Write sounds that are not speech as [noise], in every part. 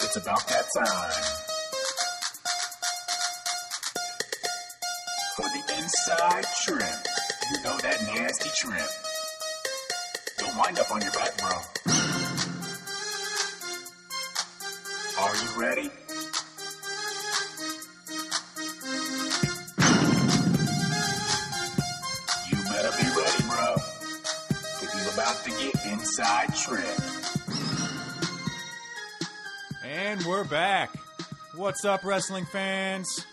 It's about that time. For the inside trim. You know that nasty trim. Don't wind up on your back, bro. Are you ready? You better be ready, bro. Because you're about to get inside trim. And we're back. What's up, wrestling fans?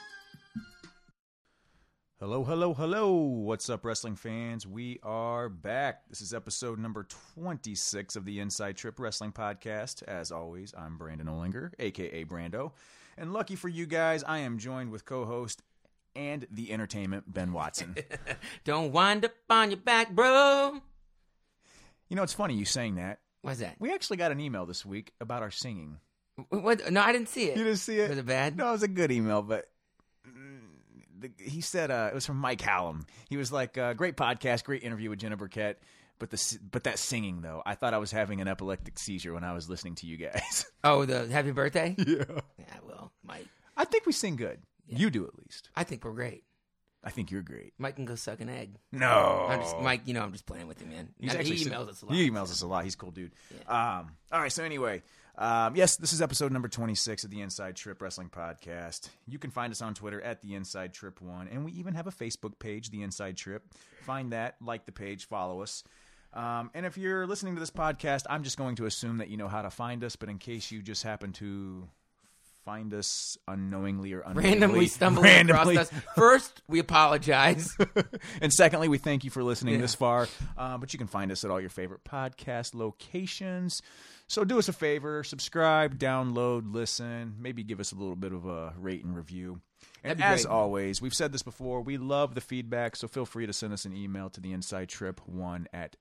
Hello, hello, hello. What's up, wrestling fans? We are back. This is episode number 26 of the Inside Trip Wrestling Podcast. As always, I'm Brandon Olinger, aka Brando. And lucky for you guys, I am joined with co host and the entertainment, Ben Watson. Don't wind up on your back, bro. you know, it's funny you saying that. What's that? We actually got an email this week about our singing. What? No, I didn't see it. You didn't see it? Was it bad? No, it was a good email, but mm, the, he said uh, it was from Mike Hallam. He was like, uh, "Great podcast, great interview with Jenna Burkett." But the s- but that singing though, I thought I was having an epileptic seizure when I was listening to you guys. Oh, the happy birthday? yeah, [laughs] yeah, well, Mike. I think we sing good. You do at least. I think we're great. I think you're great. Mike can go suck an egg. No, I'm just, Mike, you know, I'm just playing with him, man. I mean, he emails us a lot. He emails us a lot. He's a cool dude. Um, all right. So anyway, um, yes, this is episode number twenty-six of the Inside Trip Wrestling Podcast. You can find us on Twitter at the Inside Trip One, and we even have a Facebook page, the Inside Trip. Find that, like the page, follow us. Um, and if you're listening to this podcast, I'm just going to assume that you know how to find us. But in case you just happen to find us unknowingly or unknowingly, randomly stumbling randomly, [laughs] across us. First, we apologize. and secondly, we thank you for listening this far. Uh, but you can find us at all your favorite podcast locations. So do us a favor: subscribe, download, listen. Maybe give us a little bit of a rate and review. And That'd be as great. always, we've said this before, we love the feedback, so feel free to send us an email to the inside trip1 at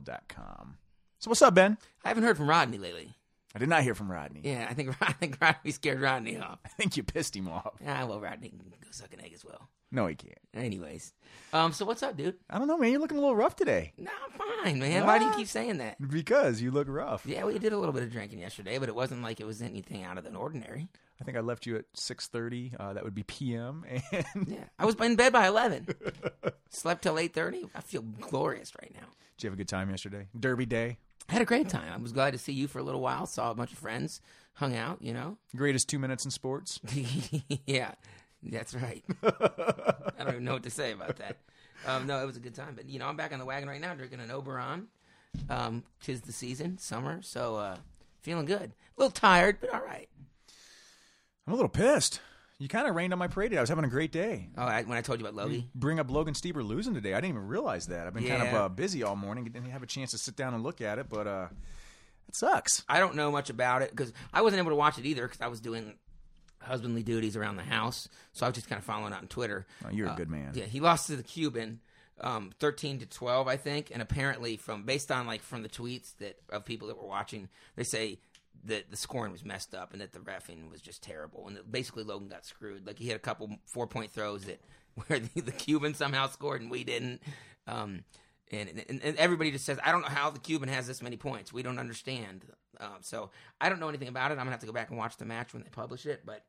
gmail.com. So what's up, Ben? I haven't heard from Rodney lately. I did not hear from Rodney. Yeah, I think [laughs] I think Rodney scared Rodney off. [laughs] I think you pissed him off. Ah, well, Rodney can go suck an egg as well. No, he can't. Anyways, um, so what's up, dude? I don't know, man. You're looking a little rough today. No, I'm fine, man. Why do you What? keep saying that? Because you look rough. Yeah, we did a little bit of drinking yesterday, but it wasn't like it was anything out of the ordinary. I think I left you at 6:30. Uh, that would be PM. [laughs] And Yeah, I was in bed by eleven. Slept till eight thirty. I feel glorious right now. did you have a good time yesterday? Derby day, I had a great time. I was glad to see you for a little while. Saw a bunch of friends, hung out. You know. [laughs] greatest two minutes in sports. yeah, that's right. I don't even know what to say about that. Um, no, it was a good time. But you know, I'm back on the wagon right now, drinking an Oberon. Um, tis the season, summer, so uh, feeling good. A little tired, but all right. I'm a little pissed. You kind of rained on my parade. today. I was having a great day. Oh, I, when I told you about Logie, Bring up Logan Steber losing today. I didn't even realize that. I've been kind of Yeah. uh, busy all morning. Didn't have a chance to sit down and look at it, but uh, it sucks. I don't know much about it because I wasn't able to watch it either because I was doing husbandly duties around the house. So I was just kind of following it on Twitter. Oh, you're a good man. Uh, Yeah, he lost to the Cuban, um, thirteen to twelve, I think. And apparently, from based on like from the tweets that of people that were watching, they say that the scoring was messed up and that the refing was just terrible. And that basically, Logan got screwed. Like he had a couple four point throws that [laughs] where the, the Cuban somehow scored and we didn't. Um, and, and, and everybody just says, I don't know how the Cuban has this many points. We don't understand. Um, so I don't know anything about it. I'm gonna have to go back and watch the match when they publish it. But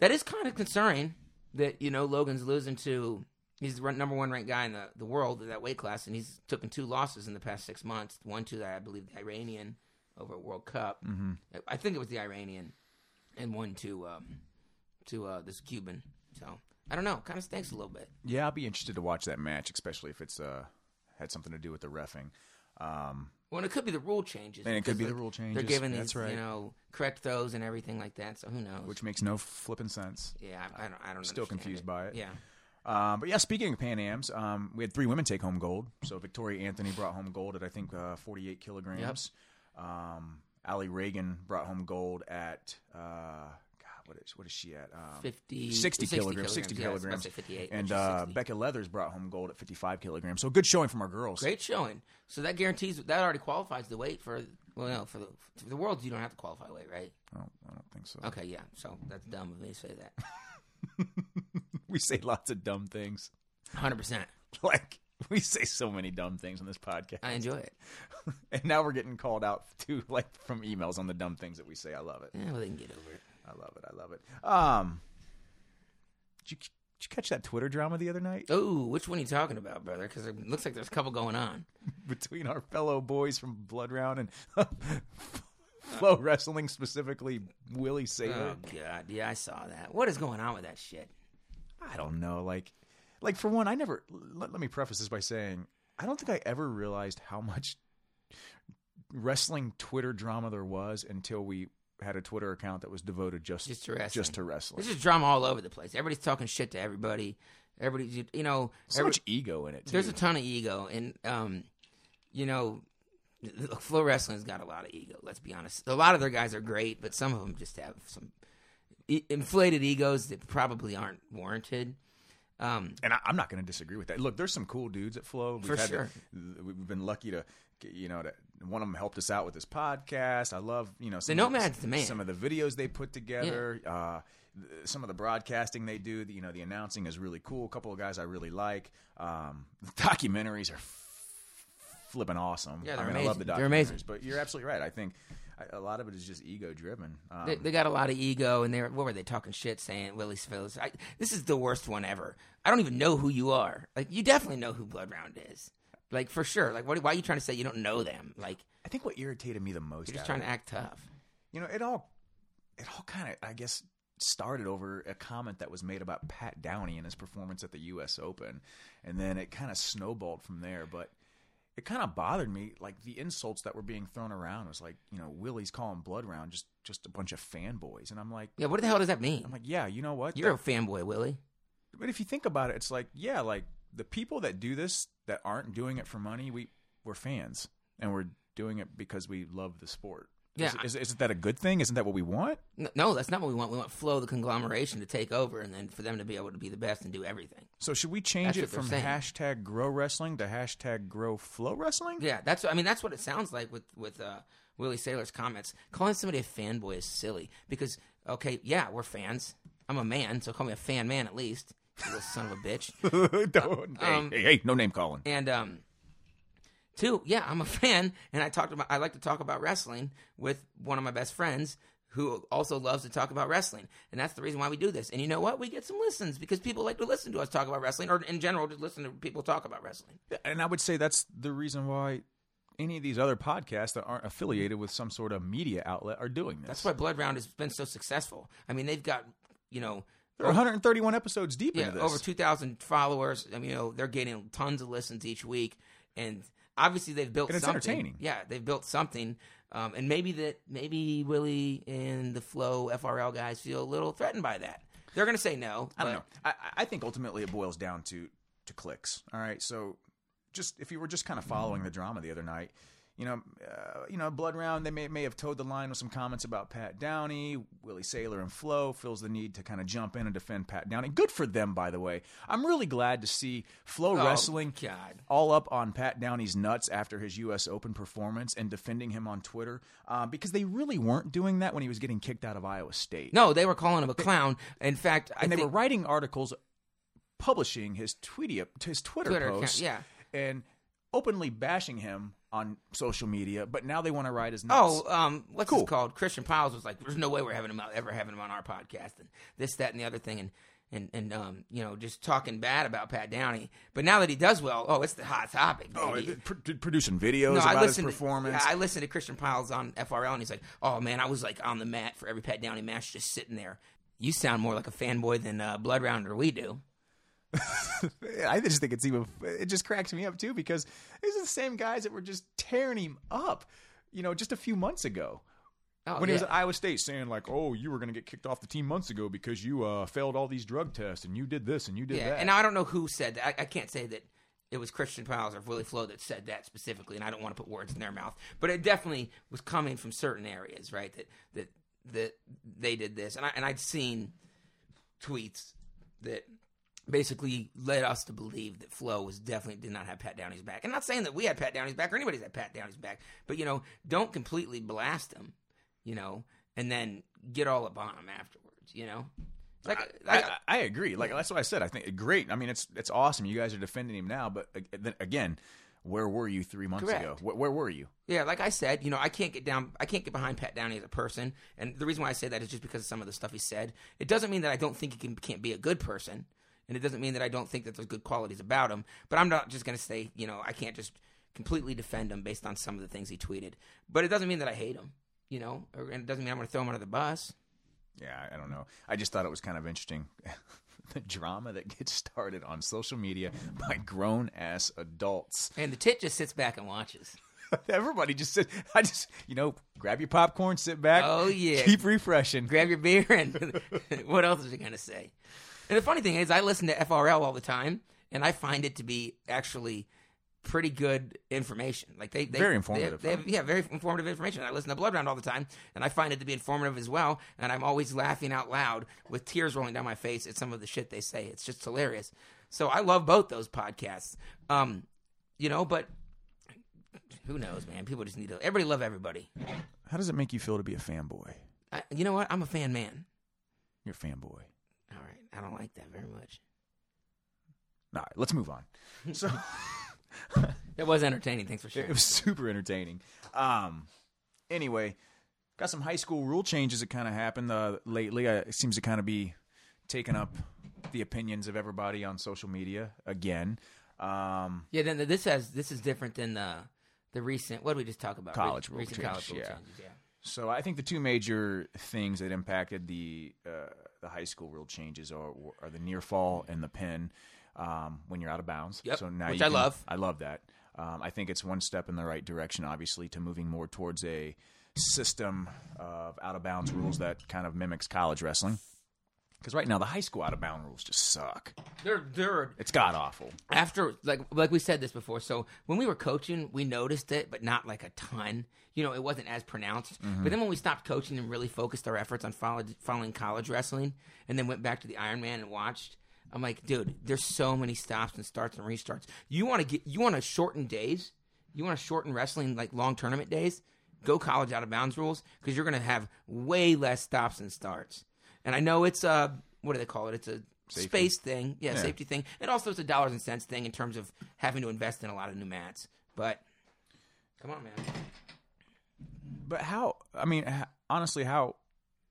that is kind of concerning that you know Logan's losing to he's the number one ranked guy in the, the world in that weight class, and he's taken two losses in the past six months. One to I believe the Iranian over at World Cup. Mm-hmm. I think it was the Iranian, and one to um, to uh, this Cuban. So I don't know. Kind of stinks a little bit. Yeah, I'll be interested to watch that match, especially if it's uh, had something to do with the refing. Um, Well, and it could be the rule changes. And it could because be the they're- rule They're changes. giving That's these, right. you know, correct throws and everything like that. So who knows? which makes no flipping sense. yeah, I, I don't. I don't. Still understand confused it. by it. Yeah. Um, but yeah, speaking of Pan Am's, um, we had three women take home gold. So Victoria Anthony brought home gold at I think uh, 48 kilograms. Um, Allie Reagan brought home gold at uh, God, what is what is she at? Um, 50, 60, kilograms, 60 Yeah, I was about kilograms, to say 58, but and she's uh, 60. Becca Leathers brought home gold at 55 kilograms. So good showing from our girls. Great showing. So that guarantees that already qualifies the weight for well, no, for the for the world you don't have to qualify weight, right? I don't, I don't think so. [laughs] Okay, yeah. So that's dumb of me to say that. We say lots of dumb things [laughs] Hundred percent. like We say so many dumb things on this podcast. I enjoy it. and now we're getting called out too, like from emails on the dumb things that we say. I love it. Yeah, well, they can get over it. I love it. I love it. Um, did you, did you catch that Twitter drama the other [laughs] night Oh, which one are you talking about, brother? Because it looks like there's a couple going on. between our fellow boys from Blood Round and [laughs] Flow Wrestling, specifically Willie Saber? Oh God, yeah, I saw that. What is going on with that shit? I don't know. Like, like for one, I never. Let, let me preface this by saying I don't think I ever realized how much wrestling Twitter drama there was until we had a Twitter account that was devoted just Just to wrestling. Just to wrestling. There's just drama all over the place. Everybody's talking shit to everybody. Everybody's, you know, so every- much ego in it. Too. there's a ton of ego, and um, you know, look, Flow Wrestling's got a lot of ego. Let's be honest. A lot of their guys are great, but some of them just have some i- inflated egos that probably aren't warranted. Um, and I, I'm not going to disagree with that. Look, there's some cool dudes at Flow. We've For had sure. the- we've been lucky to, you know, to, one of them helped us out with this podcast. I love, you know, some The of Nomad's the man. Some of the videos they put together. Uh, th- some of the broadcasting they do, the- you know, the announcing is really cool. A couple of guys I really like. Um, [laughs] the documentaries are f- flipping awesome. Yeah, I they're mean, I love the documentaries, amazing. They're amazing. but you're absolutely right. I think I, a lot of it is just ego driven. Um, they, they got a lot of ego, and they're what were they talking shit saying? Willie Spills. I, this is the worst one ever. I don't even know who you are. Like you definitely know who Blood Round is. Like for sure. Like what, why are you trying to say you don't know them? Like I think what irritated me the most you're just out of trying it- to act tough. you know it all it all kind of i guess started over a comment that was made about pat downey and his performance at the us open and then it kind of snowballed from there but it kind of bothered me like the insults that were being thrown around was like you know willie's calling blood round just just a bunch of fanboys and i'm like Yeah. What the hell does that mean? i'm like yeah you know what You're a fanboy, Willie. but if you think about it it's like yeah like the people that do this that aren't doing it for money we we're fans and we're doing it because we love the sport Yeah, Is- is, isn't that a good thing isn't that what we want N- No, that's not what we want. We want Flow the conglomeration to take over, and then for them to be able to be the best and do everything. So should we change That's it what they're from saying. hashtag grow wrestling to hashtag grow flow wrestling? Yeah, that's. I mean, that's what it sounds like with with uh, Willie Saylor's comments. Calling somebody a fanboy is silly because okay, yeah, we're fans. I'm a man, so call me a fan man at least. You little son of a bitch. [laughs] Don't- hey, Um, hey, hey, no name calling. And um, two, yeah, I'm a [laughs] fan, and I talked about. I like to talk about wrestling with one of my best friends who also loves to talk about wrestling, and that's the reason why we do this. And you know what? We get some listens because people like to listen to us talk about wrestling, or in general, just listen to people talk about wrestling. And I would say that's the reason why any of these other podcasts that aren't affiliated with some sort of media outlet are doing this. That's why Blood Round has been so successful. I mean, they've got you know They're 131 episodes deep yeah, into this. over 2,000 followers. I mean, you know, they're getting tons of listens each week, and obviously they've built And it's something. entertaining. Yeah, they've built something, um, and maybe that maybe Willie and the Flow FRL guys feel a little threatened by that. They're gonna say no. I don't but- know. I, I- I think ultimately it boils down to to clicks. All right, so just if you were just kind of following the drama the other night, you know, uh, you know, Blood Round they may may have towed the line with some comments about Pat Downey, Willie Sailor, and Flo feels the need to kind of jump in and defend Pat Downey. Good for them, by the way. I'm really glad to see Flo Oh, wrestling God. all up on Pat Downey's nuts after his U.S. Open performance and defending him on Twitter uh, because they really weren't doing that when he was getting kicked out of Iowa State No, they were calling him a clown. In fact, I and they think were writing articles publishing his tweety his Twitter, Twitter account, posts yeah. and openly bashing him on social media, but now they want to ride his nuts. Oh, um, what's Cool. it called? Christian Piles was like, "There's no way we're having him out, ever having him on our podcast," and this, that, and the other thing, and and and um, you know, just talking bad about Pat Downey. But now that he does well, oh, it's the hot topic. Oh, baby. it- pr- producing videos about his performance. To, yeah, I listened to Christian Piles on FRL, and he's like, "Oh man, I was like on the mat for every Pat Downey match, just sitting there." You sound more like a fanboy than uh, Blood Round or we do. I just think it's even it just cracks me up too because these are the same guys that were just tearing him up, you know, just a few months ago. Oh, when he was yeah. at Iowa State saying like, "Oh, you were going to get kicked off the team months ago because you uh, failed all these drug tests and you did this and you did Yeah, that." and I don't know who said that. I, I can't say that it was Christian Piles or Willie Flo that said that specifically, and I don't want to put words in their mouth, but it definitely was coming from certain areas, right? That that that they did this, and I and I'd seen tweets that basically led us to believe that Flo was definitely did not have Pat Downey's back. And not saying that we had Pat Downey's back or anybody's had Pat Downey's back, but you know, don't completely blast him, you know, and then get all up on him afterwards, you know. Like, I, like- I, I agree. Like that's what I said. I think great. I mean, it's it's awesome. You guys are defending him now, but ag- then again, where were you three months ago? Correct. Where, where were you? Yeah, like I said, you know, I can't get down. I can't get behind Pat Downey as a person, and the reason why I say that is just because of some of the stuff he said. It doesn't mean that I don't think he can, can't be a good person, and it doesn't mean that I don't think that there's good qualities about him. But I'm not just going to say, you know, I can't just completely defend him based on some of the things he tweeted. But it doesn't mean that I hate him, you know, or, and it doesn't mean I'm going to throw him under the bus. Yeah, I don't know. I just thought it was kind of interesting. [laughs] the drama that gets started on social media by grown ass adults. [laughs] And the tit just sits back and watches. Everybody just sit. I just you know grab your popcorn, sit back. Oh, yeah. keep refreshing. grab your beer and [laughs] what else is it going to say and the funny thing is i listen to frl all the time and i find it to be actually pretty good information like they, they Very they- informative, they have, huh? yeah very informative information i listen to blood round all the time and i find it to be informative as well and i'm always laughing out loud with tears rolling down my face at some of the shit they say it's just hilarious so i love both those podcasts um you know but who knows man people just need to everybody love everybody How does it make you feel to be a fanboy? I, you know what i'm a fan man You're a fanboy. all right i don't like that very much All right, let's move on. So That was entertaining. Thanks [laughs] for it [laughs] sharing. was super entertaining. Um, anyway, got some high school rule changes that kind of happened uh, lately. Uh, it seems to kind of be taking up the opinions of everybody on social media again. Um, Yeah, then this has this is different than the the recent. What did we just talk about? College Re- rule recent change, college rule yeah. changes. Yeah. So I think the two major things that impacted the uh, the high school rule changes are are the near fall and the pin um, when you're out of bounds. Yep, So now which you I can- love. I love that. Um, I think it's one step in the right direction, obviously, to moving more towards a system of out of bounds rules that kind of mimics college wrestling. Because right now the high school out of bound rules just suck. They're they're It's god awful. after like like we said this before so when we were coaching we noticed it but not like a ton you know it wasn't as pronounced but then when we stopped coaching and really focused our efforts on follow, following college wrestling and then went back to the iron man and watched i'm like dude there's so many stops and starts and restarts you want to get you want to shorten days you want to shorten wrestling like long tournament days go college out of bounds rules because you're going to have way less stops and starts and i know it's uh what do they call it it's a space thing yeah, safety safety thing. And also it's a dollars and cents thing in terms of having to invest in a lot of new mats. But come on, man. But how? I mean, h- honestly, how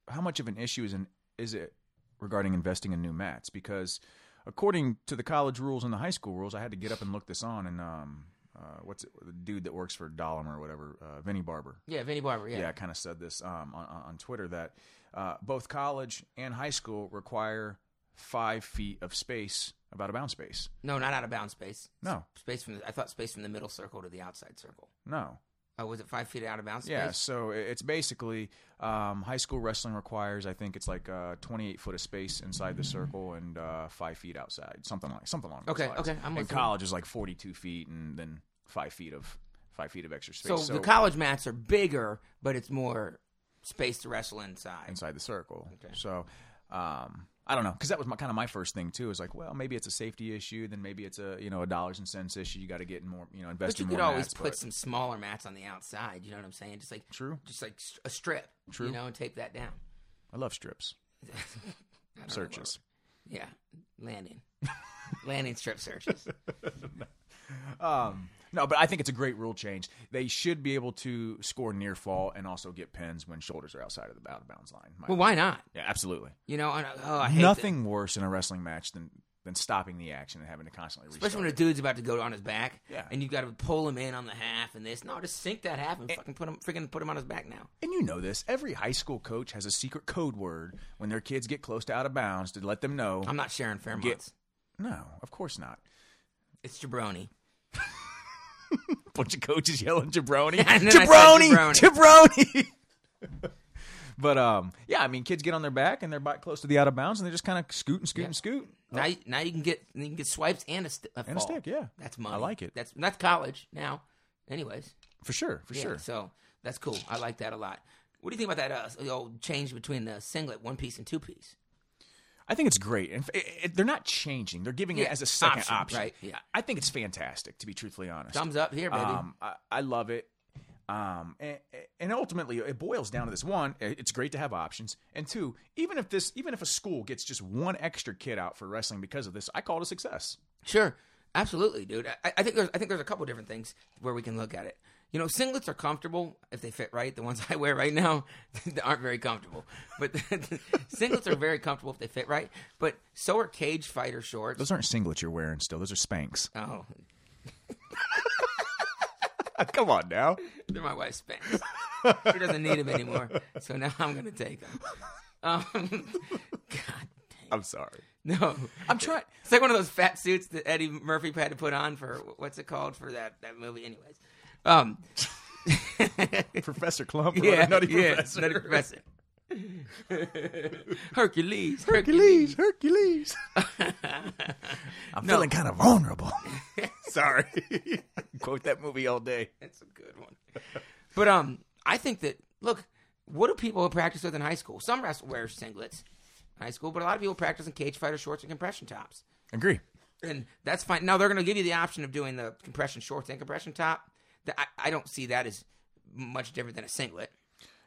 how much of an issue is an is it regarding investing in new mats? Because according to the college rules and the high school rules, I had to get up and look this on. And um, uh, what's it, the dude that works for Dollam or whatever, uh, Vinny Barber? Yeah, Vinny Barber. Yeah. Yeah, I kind of said this um, on, on on Twitter that uh, both college and high school require five feet of space, about a bound space. No, not out of bounds space. No, Space from the, I thought space from the middle circle to the outside circle. no. Oh, was it five feet out of bounds space? Yeah, so i- it's basically um, high school wrestling requires. I think it's like uh, 28 foot of space inside the circle and uh, five feet outside, something like something along. those Okay, lines. okay, I'm and with you. college is like 42 feet and then five feet of five feet of extra space. So, the college mats are bigger, but it's more space to wrestle inside. inside the circle. So um, I don't know because that was my, kind of my first thing too. Is like, well, maybe it's a safety issue, then maybe it's a you know a dollars and cents issue. You got to get in more, you know, invest but you in could more always mats, put but- some smaller mats on the outside. You know what I'm saying? Just like True. Just like st- a strip. True. You know, and tape that down. [laughs] I love strips, I don't know. searches. Yeah, [laughs] landing, landing strip searches. No, but I think it's a great rule change. They should be able to score near fall and also get pins when shoulders are outside of the out of bounds line. My- Well, why not? yeah, absolutely. You know, and, oh, I hate that. Nothing worse in a wrestling match than than stopping the action and having to constantly restart. Especially when a dude's about to go on his back, Yeah. and you got to pull him in on the half and this. No, just sink that half and fucking put him, freaking put him on his back now. and you know this, every high school coach has a secret code word when their kids get close to out of bounds to let them know. I'm not sharing Fairmonts. no, of course not. It's jabroni. bunch of coaches yelling jabroni, [laughs] And then I said jabroni, jabroni. [laughs] but um, yeah, I mean, kids get on their back and they're about close to the out of bounds and they just kind of scoot and scoot and scoot. Now, you, now you can get you can get swipes and a, st- Oh. And a fall. stick, yeah. that's money. I like it. That's that's college now. Anyways, For sure, for Yeah, sure. So that's cool. I like that a lot. What do you think about that uh, the old change between the singlet, one piece, and two piece? I think it's great. And it, it, they're not changing. They're giving it Yeah, as a second option, option, right, yeah. I think it's fantastic, to be truthfully honest. Thumbs up here, baby. Um, I, I love it. Um, and, and ultimately, it boils down to this: one, it's great to have options, and two, even if this, even if a school gets just one extra kid out for wrestling because of this, I call it a success. Sure, absolutely, dude. I, I think there's I think there's a couple different things where we can look at it. You know, singlets are comfortable if they fit right. The ones [laughs] I wear right now they aren't very comfortable, but [laughs] singlets are very comfortable if they fit right. But so are cage fighter shorts. Those aren't singlets you're wearing still; those are spanks. [laughs] oh, Come on now. They're my wife's pants. she doesn't need them anymore, so now I'm gonna take them. Um, God, I'm sorry. no! I'm trying. It's like one of those fat suits that Eddie Murphy had to put on for what's it called for that that movie, anyways. Um, [laughs] Professor Clump. or yeah, Nutty yeah, Professor. [laughs] Nutty Professor. Hercules, Hercules, Hercules. [laughs] I'm No. feeling kind of [laughs] vulnerable. Sorry. Quote that movie all day. That's a good one. But um, I think that look, what do people practice with in high school? Some wrestlers wear singlets in high school, but a lot of people practice in cage fighter shorts and compression tops, Agree. and that's fine. Now they're going to give you the option of doing the compression shorts and compression top. That I, I don't see that as much different than a singlet.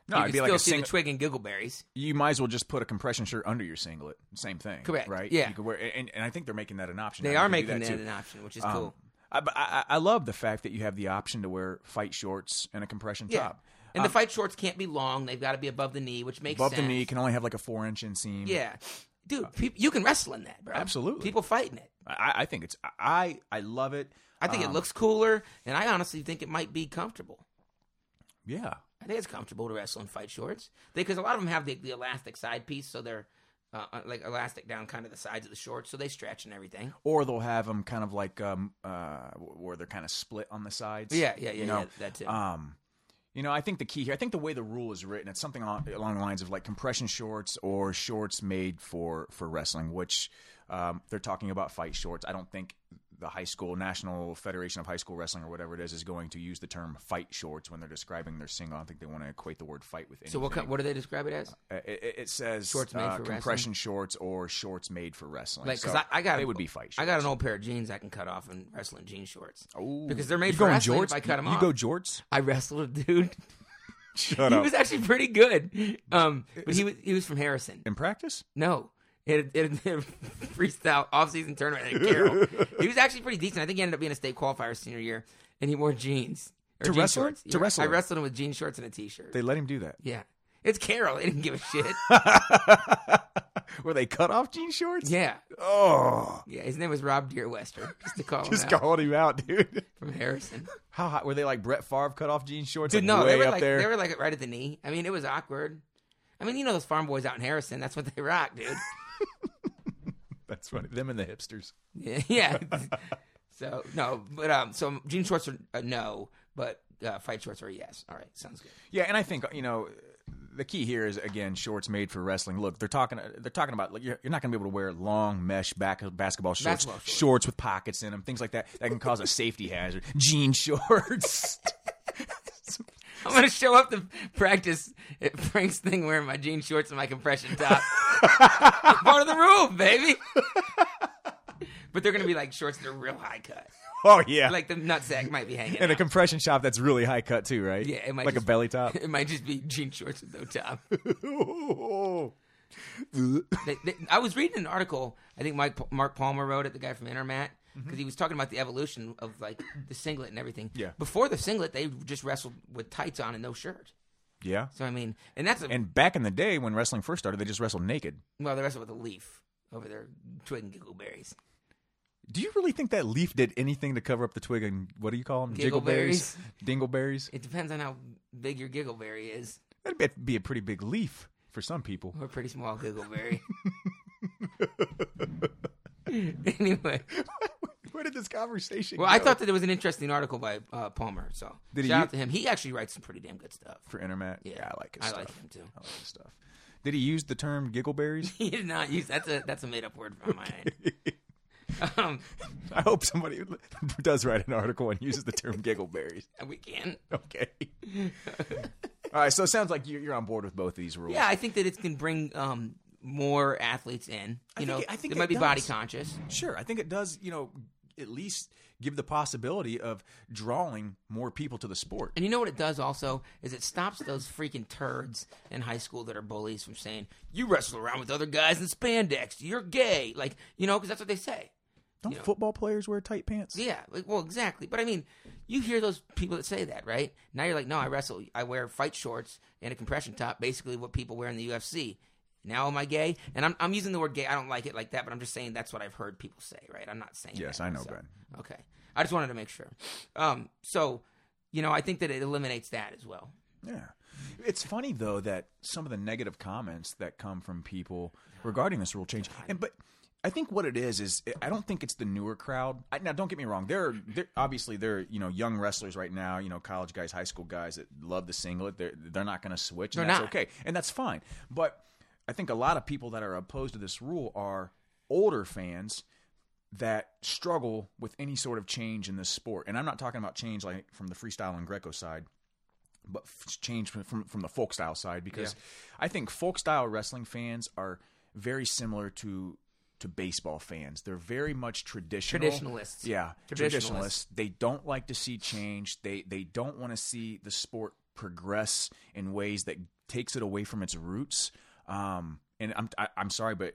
No, you it'd can be still like a see singlet. the twig and giggleberries. you might as well just put a compression shirt under your singlet. Same thing. Correct. Right. Yeah. You could wear, and, and I think they're making that an option. They now. You are could do making that, too. an option, which is Um, cool. I, but I, I I love the fact that you have the option to wear fight shorts and a compression Yeah. top. And the fight shorts can't be long; they've got to be above the knee, which makes Um, Above sense. the knee can only have like a four inch inseam. Yeah, dude, peop you can wrestle in that, bro. Absolutely. people fighting it. I, I think it's I I love it. I think it looks cooler, and I honestly think it might be comfortable. Yeah. I think it's comfortable to wrestle in fight shorts because a lot of them have the, the elastic side piece, so they're uh, uh, like elastic down kind of the sides of the shorts, so they stretch and everything. or they'll have them kind of like um uh where they're kind of split on the sides. Yeah, yeah, yeah, You know, yeah that's it. Um, you know, I think the key here, I think the way the rule is written, it's something along, along the lines of like compression shorts or shorts made for for wrestling, which um, they're talking about fight shorts. I don't think the high school National Federation of High School Wrestling or whatever it is is going to use the term fight shorts when they're describing their single. I don't think they want to equate the word fight with anything. so what kind, what do they describe it as? Uh, it, it- it says Shorts made uh, for compression shorts or shorts made for wrestling. Like, 'cause So I, I got they would be fight. Shorts. I got an old pair of jeans I can cut off in wrestling jean shorts Ooh. because they're made you for going wrestling. jorts? If I cut them you, off, You go jorts? I wrestled a dude. Shut he was actually pretty good, um, but he was he was from Harrison. In practice? No. It, it, [laughs] it freestyle off-season tournament at [laughs] Carroll. he was actually pretty decent. I think he ended up being a state qualifier senior year, and he wore jeans or To jean wrestle? Shorts. To Yeah, wrestle. I wrestled him with jean shorts and a t-shirt. They let him do that. yeah, it's Carroll. They didn't give [laughs] a shit. Were they cut off jean shorts? yeah, Oh, yeah. His name was Rob Deerwester. Just to call just him out called him out, dude. [laughs] from Harrison. How hot were they? Like Brett Favre cut off jean shorts? Dude, like no, way they were up like there. they were like right at the knee. I mean, it was awkward. I mean, you know those farm boys out in Harrison. That's what they rock, dude. That's funny. Them and the hipsters. Yeah, [laughs] yeah. so no, but um, so jean shorts are a no, but uh, fight shorts are a yes. All right, sounds good. [laughs] Yeah, and I think you know the key here is again shorts made for wrestling. Look, they're talking they're talking about like you're, you're not going to be able to wear long mesh back, basketball shorts, Basketball shorts. with pockets in them, things like that that can cause a safety hazard. [laughs] Jean shorts. I'm gonna show up to practice at Frank's thing wearing my jean shorts and my compression top. [laughs] I'm part of the rule, baby. but they're gonna be like shorts that are real high cut. oh yeah, Like the nutsack might be hanging. and a out. compression shop that's really high cut too, right? Yeah, it might like just- a belly top. it might just be jean shorts with no top. yeah, They- they- I was reading an article. I think Mike Mark Palmer wrote it, the guy from Intermat, Mm-hmm. because he was talking about the evolution of like the singlet and everything. Yeah. Before the singlet, they just wrestled with tights on and no shirt. [laughs] So I mean, and that's a, and back in the day when wrestling first started, they just wrestled naked. well, they wrestled with a leaf over their twig and giggleberries. Do you really think that leaf did anything to cover up the twig and what do you call them? Giggleberries. Dingleberries. It depends on how big your giggleberry is, That'd be- be a pretty big leaf for some people. [laughs] or a pretty small giggleberry. anyway, Where did this conversation well, I thought that it was an interesting article by uh, Palmer. So Did he shout u- out to him. He actually writes some pretty damn good stuff. for internet. Yeah, I like his I stuff. like him too. I like his stuff. Did he use the term giggleberries? [laughs] He did not use that's a that's a made up word from my end. [laughs] Um, I hope somebody [laughs] does write an article and uses the term giggleberries. [laughs] we can. [laughs] Okay. All right, so it sounds like you- you're on board with both of these rules. Yeah, I think that it can bring um, more athletes in. You think know, it- I think it they might be body does. conscious. Sure, I think it does. You know, at least give the possibility of drawing more people to the sport. And you know what it does also is it stops those freaking turds in high school that are bullies from saying you wrestle around with other guys in spandex, you're gay, like you know, because that's what they say. Don't you know. football players wear tight pants? Yeah, like, well, exactly. But I mean, you hear those people that say that, right? Now you're like, no, I wrestle. I wear fight shorts and a compression top, basically what people wear in the UFC. Now am I gay? And I'm, I'm using the word gay. I don't like it like that, but I'm just saying that's what I've heard people say, right? I'm not saying. Yes, that I know, myself. Ben. Okay, I just wanted to make sure. Um, so, you know, I think that it eliminates that as well. Yeah. It's funny though that some of the negative comments that come from people regarding this rule change, and but I think what it is is I don't think it's the newer crowd. I, now, don't get me wrong. There, are, there obviously there are you know young wrestlers right now, you know college guys, high school guys that love the singlet. They're they're not going to switch, and They're that's not. okay, and that's fine. But I think a lot of people that are opposed to this rule are older fans that struggle with any sort of change in this sport. And I'm not talking about change like from the freestyle and Greco side but f- change from, from from the folk style side because I think folk style wrestling fans are very similar to to baseball fans. They're very much traditional Traditionalists. Yeah, Traditionalists. traditionalists. They don't like to see change. They they don't want to see the sport progress in ways that takes it away from its roots. Um, and I'm I, I'm sorry, but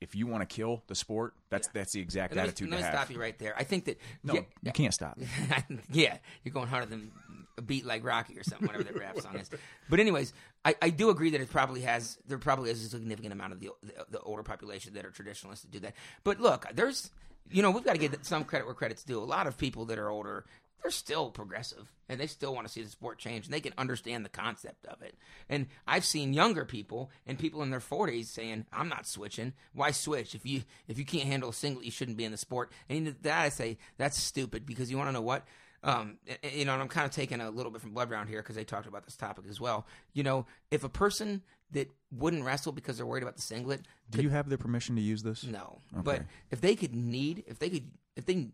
if you want to kill the sport, that's that's the exact Let me- attitude let to me have. stop you right there. I think that No, yeah, you can't stop. [laughs] yeah, you're going harder than a beat like Rocky or something, whatever that rap song is. But anyways, I, I do agree that it probably has there probably is a significant amount of the the, the older population that are traditionalists that do that. But look, there's you know we've got to give some credit where credits due. A lot of people that are older. They're still progressive, and they still want to see the sport change, and they can understand the concept of it. And I've seen younger people and people in their forties saying, "I'm not switching. Why switch? If you if you can't handle a singlet, you shouldn't be in the sport." And that I say that's stupid because you want to know what um, a- a- you know, and I'm kind of taking a little bit from Blood Round here because they talked about this topic as well. You know, if a person that wouldn't wrestle because they're worried about the singlet, Do you have their permission to use this? no. But if they could need, if they could, if they,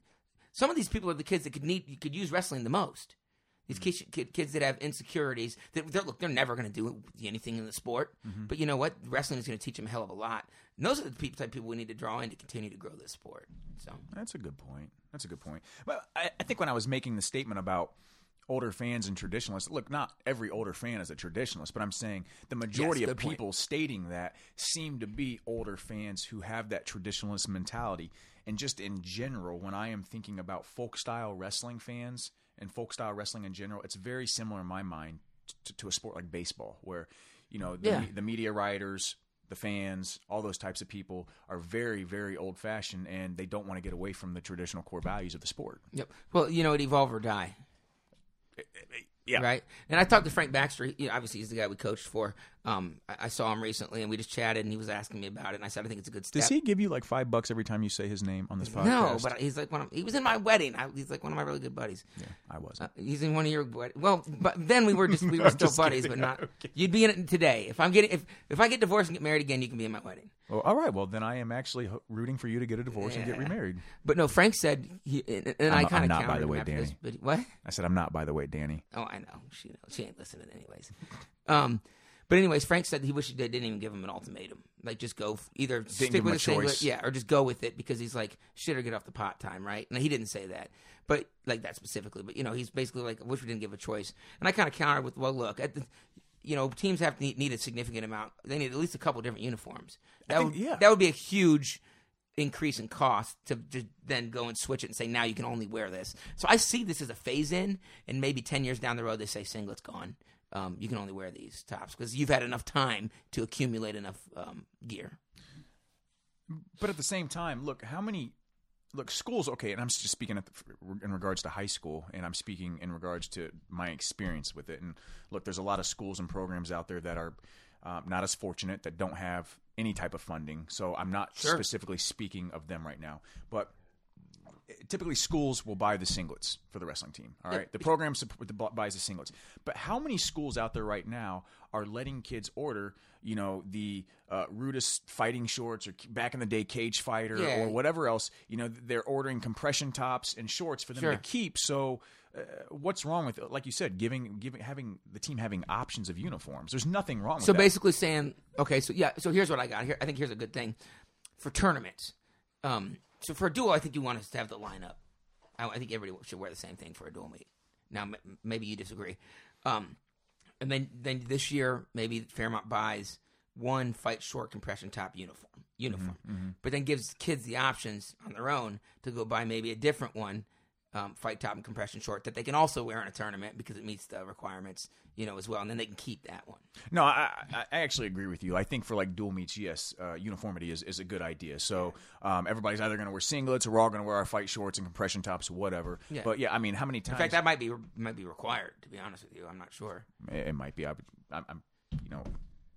some of these people are the kids that could need, you could use wrestling the most. These Mm-hmm. kids, kid, kids that have insecurities, that they're, look, they're never going to do anything in the sport. Mm-hmm. But you know what? Wrestling is going to teach them a hell of a lot. And those are the peop- type of people we need to draw in to continue to grow this sport. So That's a good point. That's a good point. But I, I think when I was making the statement about older fans and traditionalists, look, not every older fan is a traditionalist, but I'm saying the majority Yes, of good point. people stating that seem to be older fans who have that traditionalist mentality. And just in general, when I am thinking about folk style wrestling fans and folk style wrestling in general, it's very similar in my mind to, to a sport like baseball, where you know the, Yeah. me- the media writers, the fans, all those types of people are very, very old fashioned, and they don't want to get away from the traditional core values of the sport. yep. Well, you know, it evolve or die. Yeah, Right. And I talked to Frank Baxter. He, you know, obviously, he's the guy we coached for. Um, I, I saw him recently, and we just chatted, and he was asking me about it. And I said, I think it's a good step. Does he give you like five bucks every time you say his name on this podcast? No, but he's like one. Of, he was in my wedding. I, he's like one of my really good buddies. I wasn't. Uh, he's in one of your wed- well, but then we were [laughs] just we were still just buddies, kidding. [laughs] but not. You'd be in it today. If I'm getting if if I get divorced and get married again, you can be in my wedding. Well, Oh, all right. Well, then I am actually ho- rooting for you to get a divorce and get Yeah. remarried. But no, Frank said, he, and, I'm- and I I'm kind of not, by countered the him way, after Danny. this, but what? I said I'm not. By the way, Danny. Oh, I know. She knows. She ain't listening anyways. Um, but anyways, Frank said he wished they didn't even give him an ultimatum. Like just go f- either stick give him with a the singlet, choice. yeah, or just go with it because he's like shit or get off the pot time, right? And he didn't say that, but like that specifically. But you know, he's basically like, I wish we didn't give a choice. And I kind of countered with, well, look, at the, you know, teams have to need, need a significant amount. They need at least a couple different uniforms. That think- would yeah. that would be a huge increase in cost to, to then go and switch it and say now you can only wear this. So I see this as a phase in, and maybe ten years down the road they say singlet's gone. Um, you can only wear these tops because you've had enough time to accumulate enough um, gear. But at the same time, look how many. Look, schools okay, and I'm just speaking at the, in regards to high school, and I'm speaking in regards to my experience with it. And look, there's a lot of schools and programs out there that are um, not as fortunate that don't have any type of funding. So I'm not specifically speaking of them right now, but typically schools will buy the singlets for the wrestling team. All right, the program support the, buys the singlets. But how many schools out there right now are letting kids order, you know, the uh, rudest fighting shorts or back in the day cage fighter Yeah. or whatever else? You know, they're ordering compression tops and shorts for them Sure. to keep. So. Uh, what's wrong with like you said giving giving having the team having options of uniforms there's nothing wrong with So that. basically saying, okay, so yeah, so here's what I got here. I think here's a good thing for tournaments. Um, So for a duel, I think you want us to have the lineup. I, I think everybody should wear the same thing for a duel meet. Now, m- maybe you disagree. Um, and then then this year, maybe Fairmont buys one fight short compression top uniform uniform, Mm-hmm, but then gives kids the options on their own to go buy maybe a different one. Um, fight top and compression short that they can also wear in a tournament because it meets the requirements, you know, as well. And then they can keep that one. No, I, I I actually agree with you. I think for like dual meets, yes, uh, uniformity is, is a good idea. So um, everybody's either going to wear singlets or we're all going to wear our fight shorts and compression tops, whatever. Yeah. But yeah, I mean, how many times? In fact, that might be might be required. To be honest with you, I'm not sure. it it might be. I, would- I'm, I'm, you know,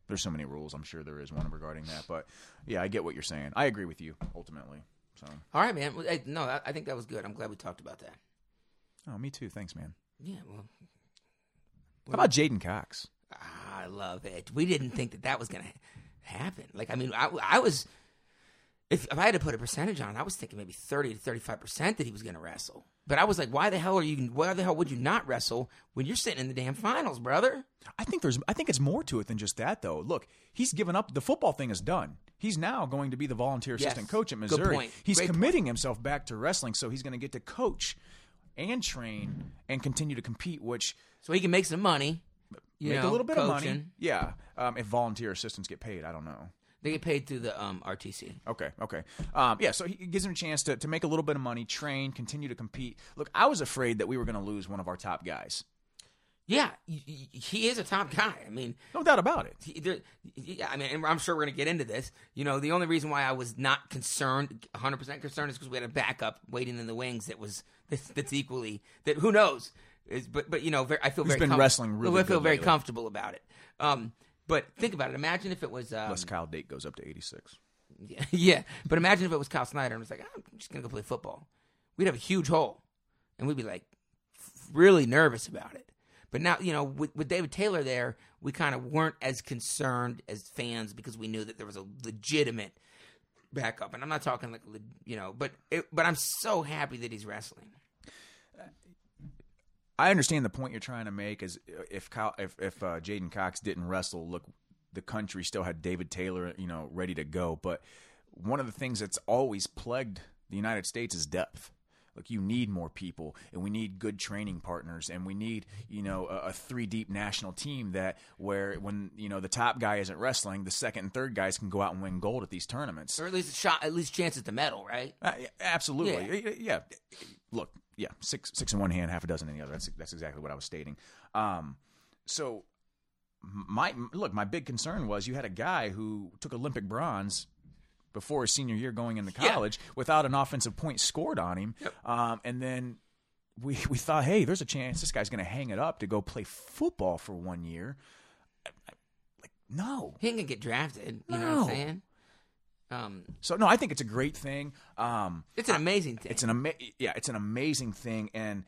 there's so many rules. I'm sure there is one regarding that. But yeah, I get what you're saying. I agree with you ultimately. So, All right, man. Well, hey, no, I, I think that was good. I'm glad we talked about that. oh, me too. Thanks, man. Yeah, well, How about Jaden Cox? I love it. We didn't think that that was gonna happen. Like, I mean, I, I was if, if I had to put a percentage on, it, I was thinking maybe thirty to thirty-five percent that he was gonna wrestle. But I was like, why the hell are you? Why the hell would you not wrestle when you're sitting in the damn finals, brother? I think there's. I think it's more to it than just that, though. Look, he's given up. The football thing is done. He's now going to be the volunteer Yes. assistant coach at Good Missouri. point. He's Great committing himself back to wrestling, so he's going to get to coach and train and continue to compete, which So he can make some money. You make know, a little bit of money. coaching. Yeah, um, if volunteer assistants get paid, I don't know. They get paid through the um, RTC. Okay, okay. Um, yeah, so he it gives him a chance to, to make a little bit of money, train, continue to compete. Look, I was afraid that we were going to lose one of our top guys. Yeah, y- y- he is a top guy. I mean, No doubt about it. he- there, yeah, I mean, and I'm sure we're going to get into this. You know, the only reason why I was not concerned, 100 percent concerned, is because we had a backup waiting in the wings that was [laughs] that's, that's equally that. Who knows? Is but but you know, very, I feel very been comf- wrestling really I feel good very lately. comfortable about it. Um, but think about it. Imagine if it was um, Unless Kyle Date goes up to 86. yeah, [laughs] yeah. But imagine if it was Kyle Snyder and was like, I'm just gonna go play football. We'd have a huge hole, and we'd be like f- really nervous about it. But now, you know, with, with David Taylor there, we kind of weren't as concerned as fans because we knew that there was a legitimate backup. And I'm not talking like, le- you know, but it, but I'm so happy that he's wrestling. I understand the point you're trying to make is uh, if Kyle, if if uh, Jaden Cox didn't wrestle, look, the country still had David Taylor, you know, ready to go. But one of the things that's always plagued the United States is depth. Look, you need more people, and we need good training partners, and we need you know a, a three deep national team that where when you know the top guy isn't wrestling, the second and third guys can go out and win gold at these tournaments. Or at least a shot, at least chances to medal, right? Uh, yeah, absolutely. Yeah. yeah. Look, yeah, six six in one hand, half a dozen in the other. That's that's exactly what I was stating. Um, so my look, my big concern was you had a guy who took Olympic bronze before his senior year going into Yeah. college without an offensive point scored on him. Um, and then we we thought, hey, there's a chance this guy's going to hang it up to go play football for one year. I- I- like, no, He ain't gonna get drafted. You know what No. I'm saying? Um, so no, I think it's a great thing. Um, it's an amazing thing. It's an ama- yeah, it's an amazing thing, and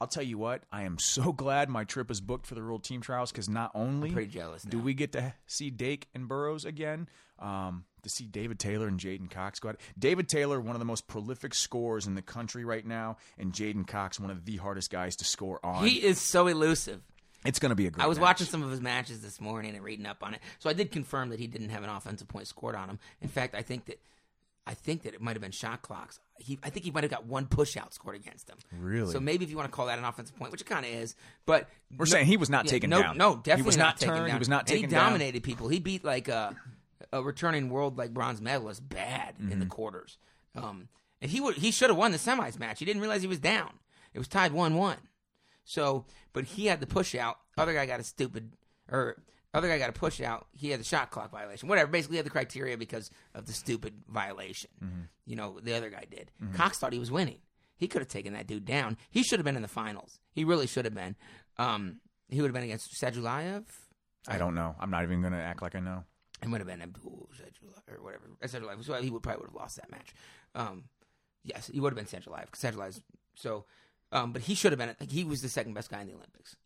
I'll tell you what, I am so [laughs] glad my trip is booked for the World Team Trials because not only pretty jealous do now. we get to see Dake and Burrows again, um, to see David Taylor and Jaden Cox go at it. David Taylor, one of the most prolific scorers in the country right now, and Jaden Cox, one of the hardest guys to score on. he is so elusive. it's going to be a great. I was match. watching some of his matches this morning and reading up on it. So I did confirm that he didn't have an offensive point scored on him. In fact, I think that I think that it might have been shot clocks. He, I think he might have got one push out scored against him. Really? So maybe if you want to call that an offensive point, which it kind of is, but We're saying he was not yeah, taken no, down. No, definitely he was not, taken turned. down. He was not And taken He down. dominated people. He beat like a, a returning world like bronze medalist bad in the Mm-hmm. quarters. Um, and he would he should have won the semis match. He didn't realize he was down. It was tied one one. So, but he had the push out. Other guy got a stupid or other guy got a push out. He had the shot clock violation. Whatever. Basically, he had the criteria because of the stupid violation. You know, the other guy did. Cox thought he was winning. He could have taken that dude down. He should have been in the finals. He really should have been. Um, he would have been against Sadulayev. I don't know. I'm not even going to act like I know. It would have been Abdul Sadulayev or whatever. Sadulayev. So he would probably would have lost that match. Um, yes, he would have been Sadulayev. 'cause Sadulayev. So, um, but he should have been. Like, he was the second best guy in the Olympics.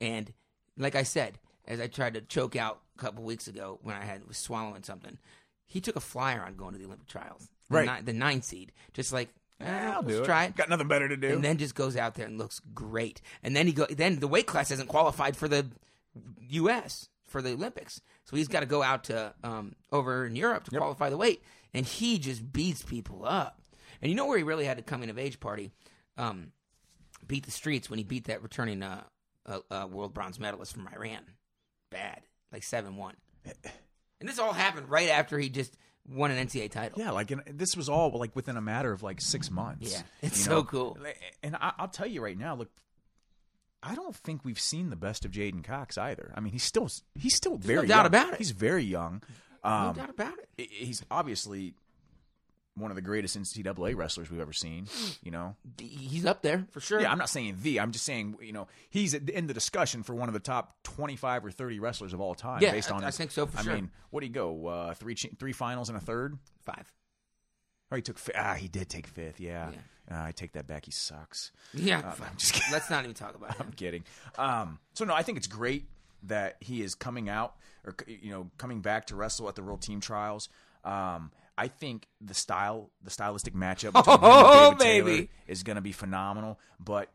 And like I said, as I tried to choke out a couple weeks ago when I had was swallowing something, he took a flyer on going to the Olympic trials. The Right. ni- the nine seed, just like eh, I'll let's do it. try it Got nothing better to do. and then just goes out there and looks great. And then he go then the weight class isn't qualified for the U.S. for the Olympics, so he's got to go out to um, over in Europe to qualify the weight, and he just beats people up. And you know where he really had a coming of age party? Um, beat the streets when he beat that returning uh, uh, uh, world bronze medalist from Iran. Bad, like seven one. And this all happened right after he just won an NCAA title. Yeah, like and this was all like within a matter of like six months. Yeah, it's you so cool. Like, And I, I'll tell you right now, look, I don't think we've seen the best of Jaden Cox either. I mean, he's still he's still very doubt young. about it. He's very young. No Um, doubt about it. he- he's obviously one of the greatest NCAA wrestlers we've ever seen. You know, D- He's up there for sure. yeah, I'm not saying the. I'm just saying you know he's at the- in the discussion for one of the top 25 or 30 wrestlers of all time. Yeah, based I- on I his- think so for I sure. mean, what did he go? Uh, three chi- three finals and a third. Five. Or he took fi- ah he did take fifth. Yeah, Uh, I take that back. He sucks. Yeah, Uh, fuck. I'm just kidding. let's not even talk [laughs] about him. I'm kidding. Um, so no, I think it's great that he is coming out or you know coming back to wrestle at the World Team Trials. Um, I think the style, the stylistic matchup [laughs] between Oh, him and David baby. Taylor is going to be phenomenal. But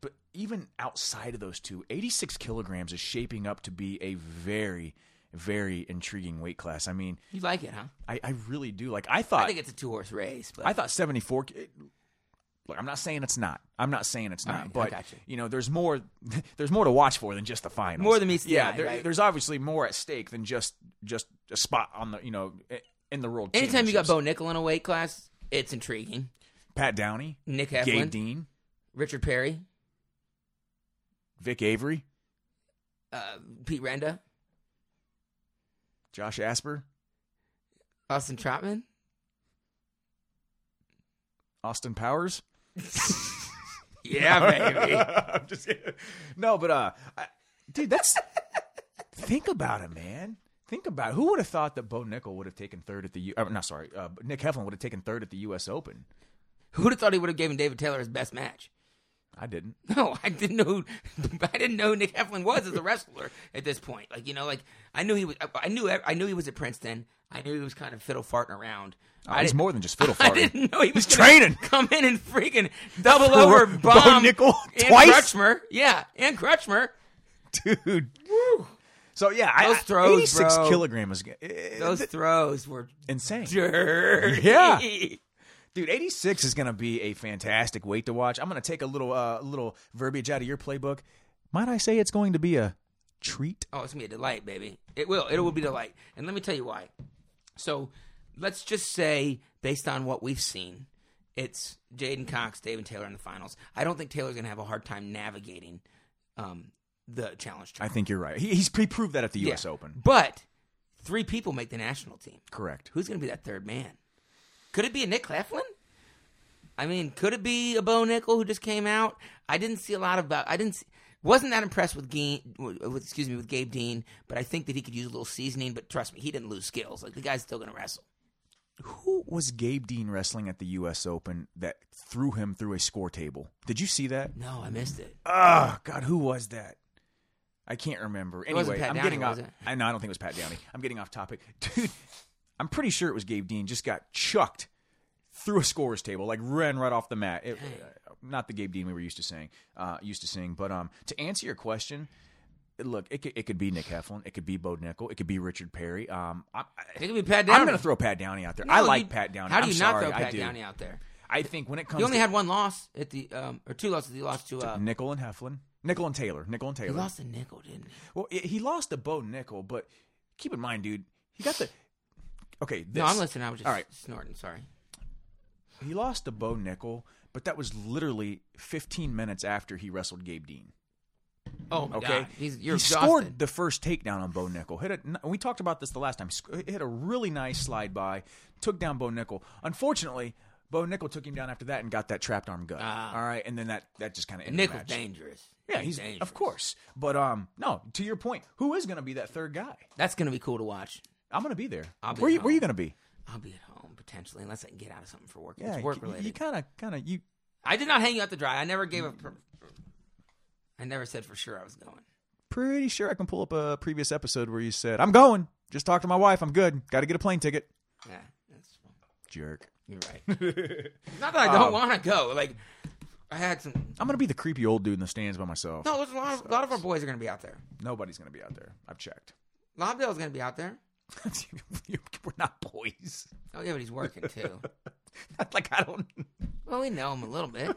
but even outside of those two, 86 kilograms is shaping up to be a very very intriguing weight class. I mean, You like it, huh? I, I really do. Like I thought I think it's a two horse race, but I thought 74. ki- it- Look, I'm not saying it's not. I'm not saying it's not. right, I but got you. know, there's more. [laughs] There's more to watch for than just the finals. More than meets the yeah. eye, there- right? There's obviously more at stake than just just a spot on the you know i- in the world. anytime you got Bo Championships. Nickel in a weight class, it's intriguing. Pat Downey, Nick Gabe Heflin, Dean, Richard Perry, Vic Avery, uh, Pete Renda, Josh Asper, Austin Trotman. Austin Powers. [laughs] Yeah, baby. [laughs] I'm just kidding. No, but uh, I, dude, that's [laughs] think about it, man. Think about it. who would have thought that Bo Nickel would have taken third at the U. Uh, not sorry, uh, Nick Heflin would have taken third at the U.S. Open. Who'd have thought he would have given David Taylor his best match? [laughs] I didn't. No, I didn't know. Who, [laughs] I didn't know who Nick Heflin was as a wrestler at this point. Like you know, like I knew he was. I knew. I knew he was at Princeton. I knew he was kind of fiddle farting around. I Oh, He's didn't- more than just fiddle farting. [laughs] I didn't know he was He's gonna training. Come in and freaking double over Bo bomb Nickel and twice? Crutchmer, yeah, and Crutchmer. dude. So yeah, I, Those throws, 86 bro. kilograms. eh, Those throws were insane. dirty. Yeah. Dude, 86 is going to be a fantastic weight to watch. I'm going to take a little uh, little verbiage out of your playbook. Might I say it's going to be a treat? Oh, it's gonna be a delight, baby. It will. It will be a delight. And let me tell you why. So let's just say, based on what we've seen, it's Jaden Cox, David Taylor in the finals. I don't think Taylor's gonna have a hard time navigating um, the challenge I tournament. think you're right. He, he's he proved that at the Yeah. U.S. Open. But three people make the national team. Correct. Who's gonna be that third man? Could it be a Nick Claflin? I mean, could it be a Bo Nickel who just came out? I didn't see a lot about. I didn't. See, wasn't that impressed with, Geen, with excuse me with Gabe Dean, but I think that he could use a little seasoning. But trust me, he didn't lose skills. Like the guy's still going to wrestle. Who was Gabe Dean wrestling at the U.S. Open that threw him through a score table? Did you see that? No, I missed it. Ah, God, who was that? I can't remember. Anyway, wasn't Pat I'm Downey, getting off. was it? I know I don't think it was Pat Downey. I'm getting off topic, [laughs] dude. I'm pretty sure it was Gabe Dean. Just got chucked through a scores table, like ran right off the mat. It- uh, not the Gabe Dean we were used to saying, uh, used to seeing. But um, to answer your question, look, it could, it could be Nick Heflin, it could be Bo Nickel, it could be Richard Perry. Um, I, I, It could be Pat Downey. I'm going to throw Pat Downey out there. No, I like you- Pat Downey. How do I'm you not sorry, throw I Pat do. Downey out there? I think when it comes He only to had one loss at the um, or two losses. He lost to uh, Nickel and Heflin, Nickel and Taylor, Nickel and Taylor. he lost to Nickel, didn't he? Well, i he lost to Bo Nickel, but keep in mind, dude, he got the. Okay, this. No, I'm listening. I was just All right. snorting. Sorry. He lost to Bo Nickel, but that was literally 15 minutes after he wrestled Gabe Dean. Oh my Okay, god, He's, you're he exhausted. scored the first takedown on Bo Nickel. Hit a, we talked about this the last time. Sc- Hit a really nice slide by, took down Bo Nickel. Unfortunately, Bo Nickel took him down after that and got that trapped arm gut. Ah. All right, and then that that just kind of Nickel's dangerous. Yeah, he's dangerous. of course, but um, no. To your point, who is going to be that third guy? That's gonna be cool to watch. I'm going to be there. I'll be where you, where you going home. to be? I'll be at home potentially unless I can get out of something for work. Yeah, it's you- work you- related. You kind of, kind of, you. I did not hang you out to dry. I never gave a. Mm. Per- I never said for sure I was going. Pretty sure I can pull up a previous episode where you said, "I'm going. Just talk to my wife. I'm good. Got to get a plane ticket." Yeah, that's Jerk. you're [laughs] right. not that I Um, don't want to go. Like I had some. I'm gonna be the creepy old dude in the stands by myself. No, there's a lot. Of, a lot of our boys are gonna be out there. Nobody's gonna be out there. I've checked. [laughs] Lobdell's gonna be out there. We're not boys. [laughs] Oh yeah, but he's working too. like I don't. Well, we know him a little bit.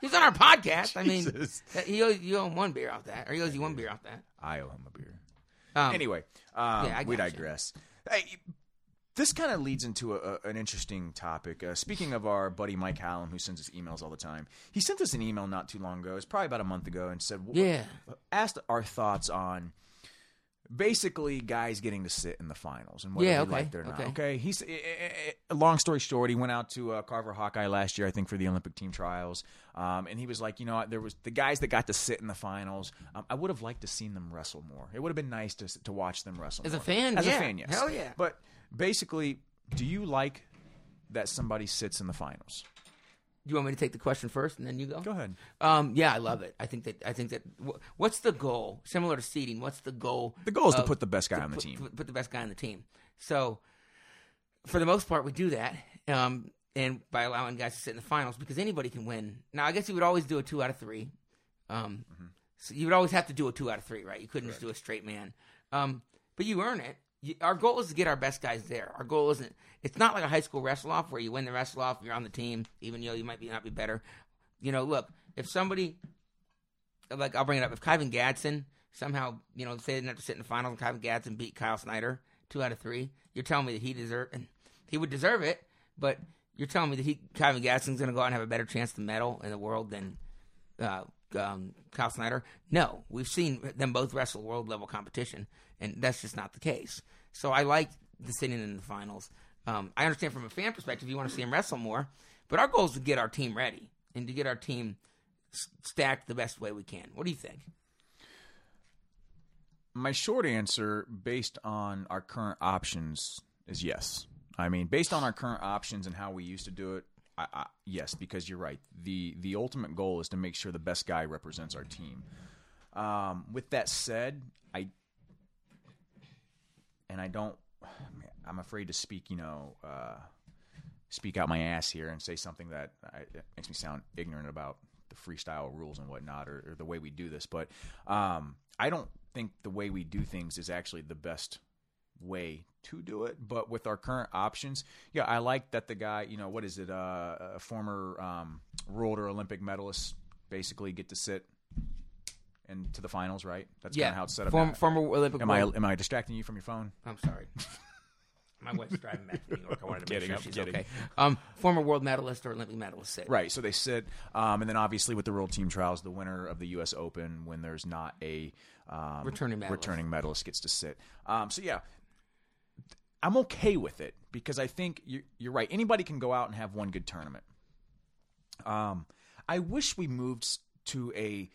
He's on our podcast. I mean, Jesus. he owes you owe him one beer off that, or he owes you one beer off that. I owe him a beer. Um, anyway, um, yeah, I we gotcha. digress. Hey, this kind of leads into a, a- an interesting topic. Uh, speaking of our buddy Mike Hallam, who sends us emails all the time, he sent us an email not too long ago. It's probably about a month ago, and said, yeah, asked our thoughts on basically guys getting to sit in the finals and whether Yeah, they okay, liked it or not. okay. Okay, he's eh, eh, eh, eh, long story short, he went out to uh, Carver Hawkeye last year, I think, for the Olympic team trials, um, and he was like, you know, what, there was the guys that got to sit in the finals. Um, I would have liked to seen them wrestle more. It would have been nice to s- to watch them wrestle As a more. fan, As yeah. a fan, yes, Hell yeah. But basically, do you like that somebody sits in the finals? you want me to take the question first, and then you go. Go ahead. Um, yeah, I love it. I think that I think that wh- what's the goal? Similar to seeding, what's the goal? The goal is to of- put the best guy to on the put- team. to Put the best guy on the team. So, for the most part, we do that, um, and by allowing guys to sit in the finals because anybody can win. Now, I guess you would always do a two out of three. Um, So you would always have to do a two out of three, right? You couldn't just do a straight man. Um, but you earn it. You, our goal is to get our best guys there. Our goal isn't. It's not like a high school wrestle off where you win the wrestle off, you're on the team, even though you might be not be better. You know, look if somebody like I'll bring it up. If Kyvin Gadsden somehow, you know, say they didn't have to sit in the finals, and Kyvin Gadsden beat Kyle Snyder two out of three, you're telling me that he deserve and he would deserve it, but you're telling me that he Kyvin Gadsden's going to go out and have a better chance to medal in the world than uh, um, Kyle Snyder. No, we've seen them both wrestle world level competition, and that's just not the case. So I like the sitting in the finals. Um, I understand from a fan perspective, you want to see him wrestle more, but our goal is to get our team ready and to get our team s- stacked the best way we can. What do you think? My short answer, based on our current options, is yes. I mean, based on our current options and how we used to do it, I, I, yes, because you're right. the The ultimate goal is to make sure the best guy represents our team. Um, with that said, I and I don't. I'm afraid to speak. You know. Uh, speak out my ass here and say something that, I, that makes me sound ignorant about the freestyle rules and whatnot or, or the way we do this. But um, I don't think the way we do things is actually the best way to do it. But with our current options, yeah, I like that the guy, you know, what is it, uh, a former um, world or Olympic medalist basically get to sit and to the finals, right? That's kind of how it's set up. Form, now. former Olympic. am I world- am I distracting you from your phone? I'm [laughs] sorry. My wife's driving back from New York. I wanted to make Kidding, sure I'm she's kidding. okay. Um, former world medalist or Olympic medalist. Sit. Right. So they sit, um, and then obviously with the World Team Trials, the winner of the U.S. Open, when there's not a um, Returning medalist. returning medalist, gets to sit. Um, so yeah, I'm okay with it because I think you're, you're right. Anybody can go out and have one good tournament. Um, I wish we moved s- to a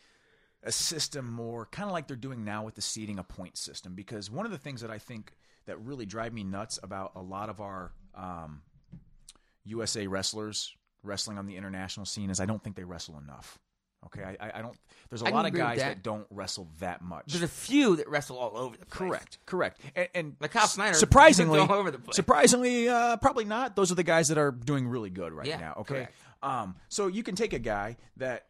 a system more kind of like they're doing now with the seeding a point system because one of the things that I think that really drive me nuts about a lot of our um, USA wrestlers wrestling on the international scene is I don't think they wrestle enough. Okay, I- I, I don't. There's a I can lot of agree with guys that. that. don't wrestle that much. There's a few that wrestle all over the place. Correct, correct, and, and Like Kyle Snyder, surprisingly, he's [laughs] all over the place. surprisingly, uh, probably not. Those are the guys that are doing really good right Yeah, now. Okay, correct. um, so you can take a guy that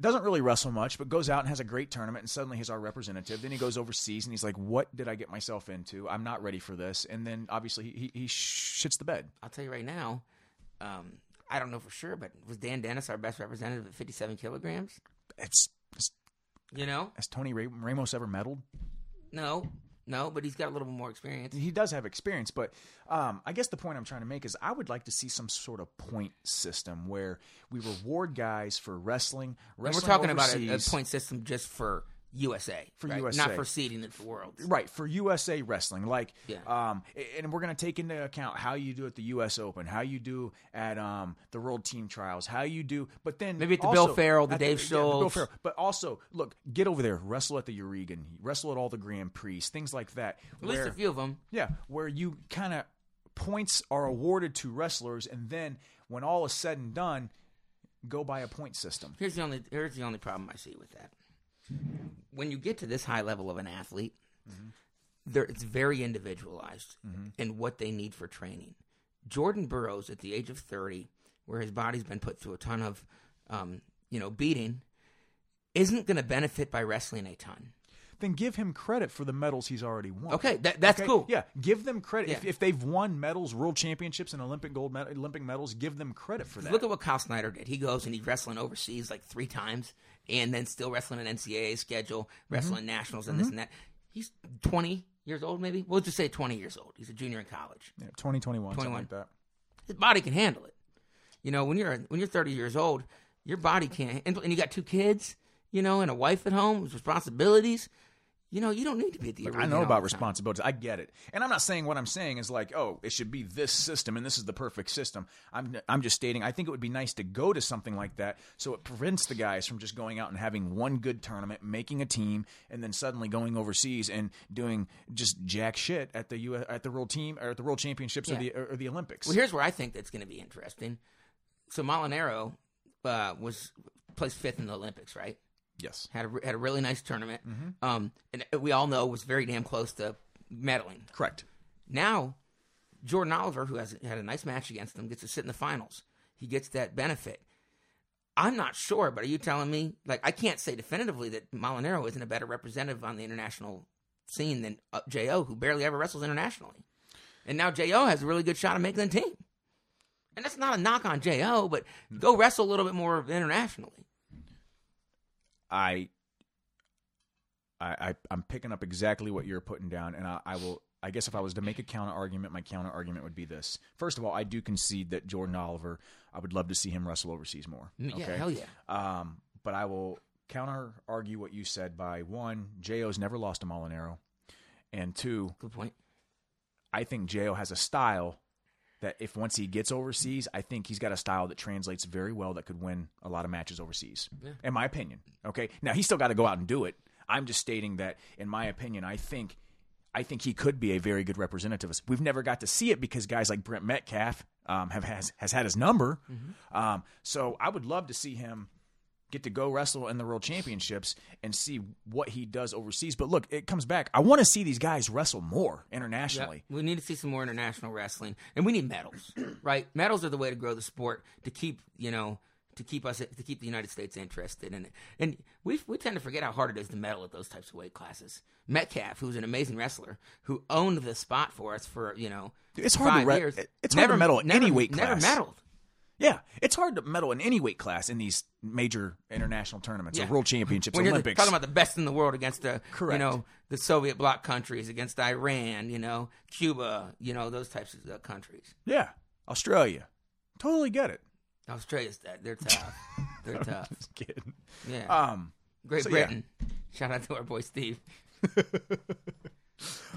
doesn't really wrestle much, but goes out and has a great tournament, and suddenly he's our representative. Then he goes overseas, and he's like, "What did I get myself into? I'm not ready for this." And then obviously he he, he shits the bed. I'll tell you right now. Um, I don't know for sure, but was Dan Dennis our best representative at 57 kilograms? It's, it's You know, has Tony Ra- Ramos ever meddled? no, no, but he's got a little bit more experience. he does have experience, but um, I guess the point I'm trying to make is I would like to see some sort of point system where we reward guys for wrestling. And we're wrestling talking about a- a, overseas. point system just for USA, For right? USA. not for seeding at the world. Right for USA wrestling, like, Yeah. um, and we're gonna take into account how you do at the U.S. Open, how you do at um the World Team Trials, how you do, but then Maybe at the also- Bill Farrell, the at Dave yeah, the Bill Schultz. Farrell. But also, look, get over there, wrestle at the Euregan, wrestle at all the Grand Prix, things like that. At least where- a few of them. Yeah, where you kind of points are awarded to wrestlers, and then when all is said and done, go by a point system. Here's the only here's the only problem I see with that. When you get to this high level of an athlete, there it's very individualized in what they need for training. Jordan Burroughs, at the age of thirty, where his body's been put through a ton of, um, you know, beating, isn't going to benefit by wrestling a ton. then give him credit for the medals he's already won. Okay, that, that's Oh. Okay? cool. Yeah, give them credit if, Yeah. if they've won medals, world championships, and Olympic gold med- Olympic medals. Give them credit for that. Look at what Kyle Snyder did. He goes and he's wrestling overseas like three times, and then still wrestling an NCAA schedule, wrestling Mm-hmm. nationals, and this and that. He's twenty years old, maybe. We'll just say twenty years old. He's a junior in college. yeah, 2021, something 21. like that. His body can handle it. You know, when you're when you're thirty years old, your body can't. And, and you got two kids, you know, and a wife at home, with responsibilities. You know, you don't need to be at the. I arena know all about the time. responsibilities. I get it, and I'm not saying what I'm saying is like, oh, it should be this system, and this is the perfect system. I'm I'm just stating. I think it would be nice to go to something like that, so it prevents the guys from just going out and having one good tournament, making a team, and then suddenly going overseas and doing just jack shit at the U at the world team or at the world championships or Yeah. the or, or the Olympics. Well, here's where I think that's going to be interesting. So Molinaro uh, was placed fifth in the Olympics, right? yes, Had a, re- had a really nice tournament, um, and we all know was very damn close to medaling. correct. Now, Jordan Oliver, who has had a nice match against him, gets to sit in the finals. He gets that benefit. I'm not sure, but are you telling me like I can't say definitively that Molinaro isn't a better representative on the international scene than uh, Jo, who barely ever wrestles internationally, and now Jo has a really good shot of making the team. And that's not a knock on Jo, but go wrestle a little bit more internationally. I, I, I I'm picking up exactly what you're putting down, and I, I will. I guess if I was to make a counter argument, my counter argument would be this. First of all, I do concede that Jordan Oliver, I would love to see him wrestle overseas more. Mm, Yeah, hell yeah. Um, but I will counter argue what you said by one, JO's never lost to Molinaro, and two, Good point. I think Jo has a style that if once he gets overseas, I think he's got a style that translates very well that could win a lot of matches overseas. In my opinion. Okay. Now he's still got to go out and do it. I'm just stating that in my opinion, I think I think he could be a very good representative. We've never got to see it because guys like Brent Metcalf um, have has, has had his number. Um, so I would love to see him get to go wrestle in the world championships and see what he does overseas. But look, it comes back. I want to see these guys wrestle more internationally. Yep. We need to see some more international wrestling, and we need medals, [clears throat] right? Medals are the way to grow the sport to keep you know to keep us to keep the United States interested in it. And we we tend to forget how hard it is to medal at those types of weight classes. Metcalf, who's an amazing wrestler, who owned the spot for us for you know It's hard to five re- years, it- it's hard to medal at any weight never class. medaled. Yeah, it's hard to medal in any weight class in these major international tournaments, Yeah. or world championships, When you're Olympics. talking about the best in the world against the Correct. you know the Soviet bloc countries, against Iran, you know Cuba, you know those types of uh, countries. yeah, Australia, totally get it. Australia's that they're tough. They're tough. [laughs] Just kidding. Yeah. Um, Great so, yeah. Britain. Shout out to our boy Steve.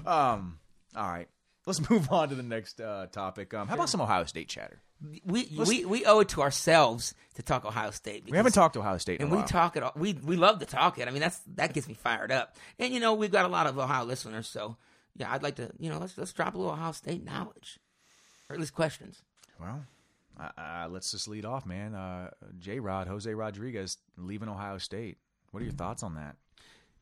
um, all right, let's move [laughs] on to the next uh, topic. Um, how about some Ohio State chatter? We we, we owe it to ourselves to talk Ohio State. We haven't talked to Ohio State, in and a we while. talk it. All, we we love to talk it. I mean, that's that gets me fired up. And you know, we've got a lot of Ohio listeners, so yeah, I'd like to you know let's let's drop a little Ohio State knowledge, or at least questions. Well, uh, uh, let's just lead off, man. Uh, J. Rod, Jose Rodriguez leaving Ohio State. What are your thoughts on that?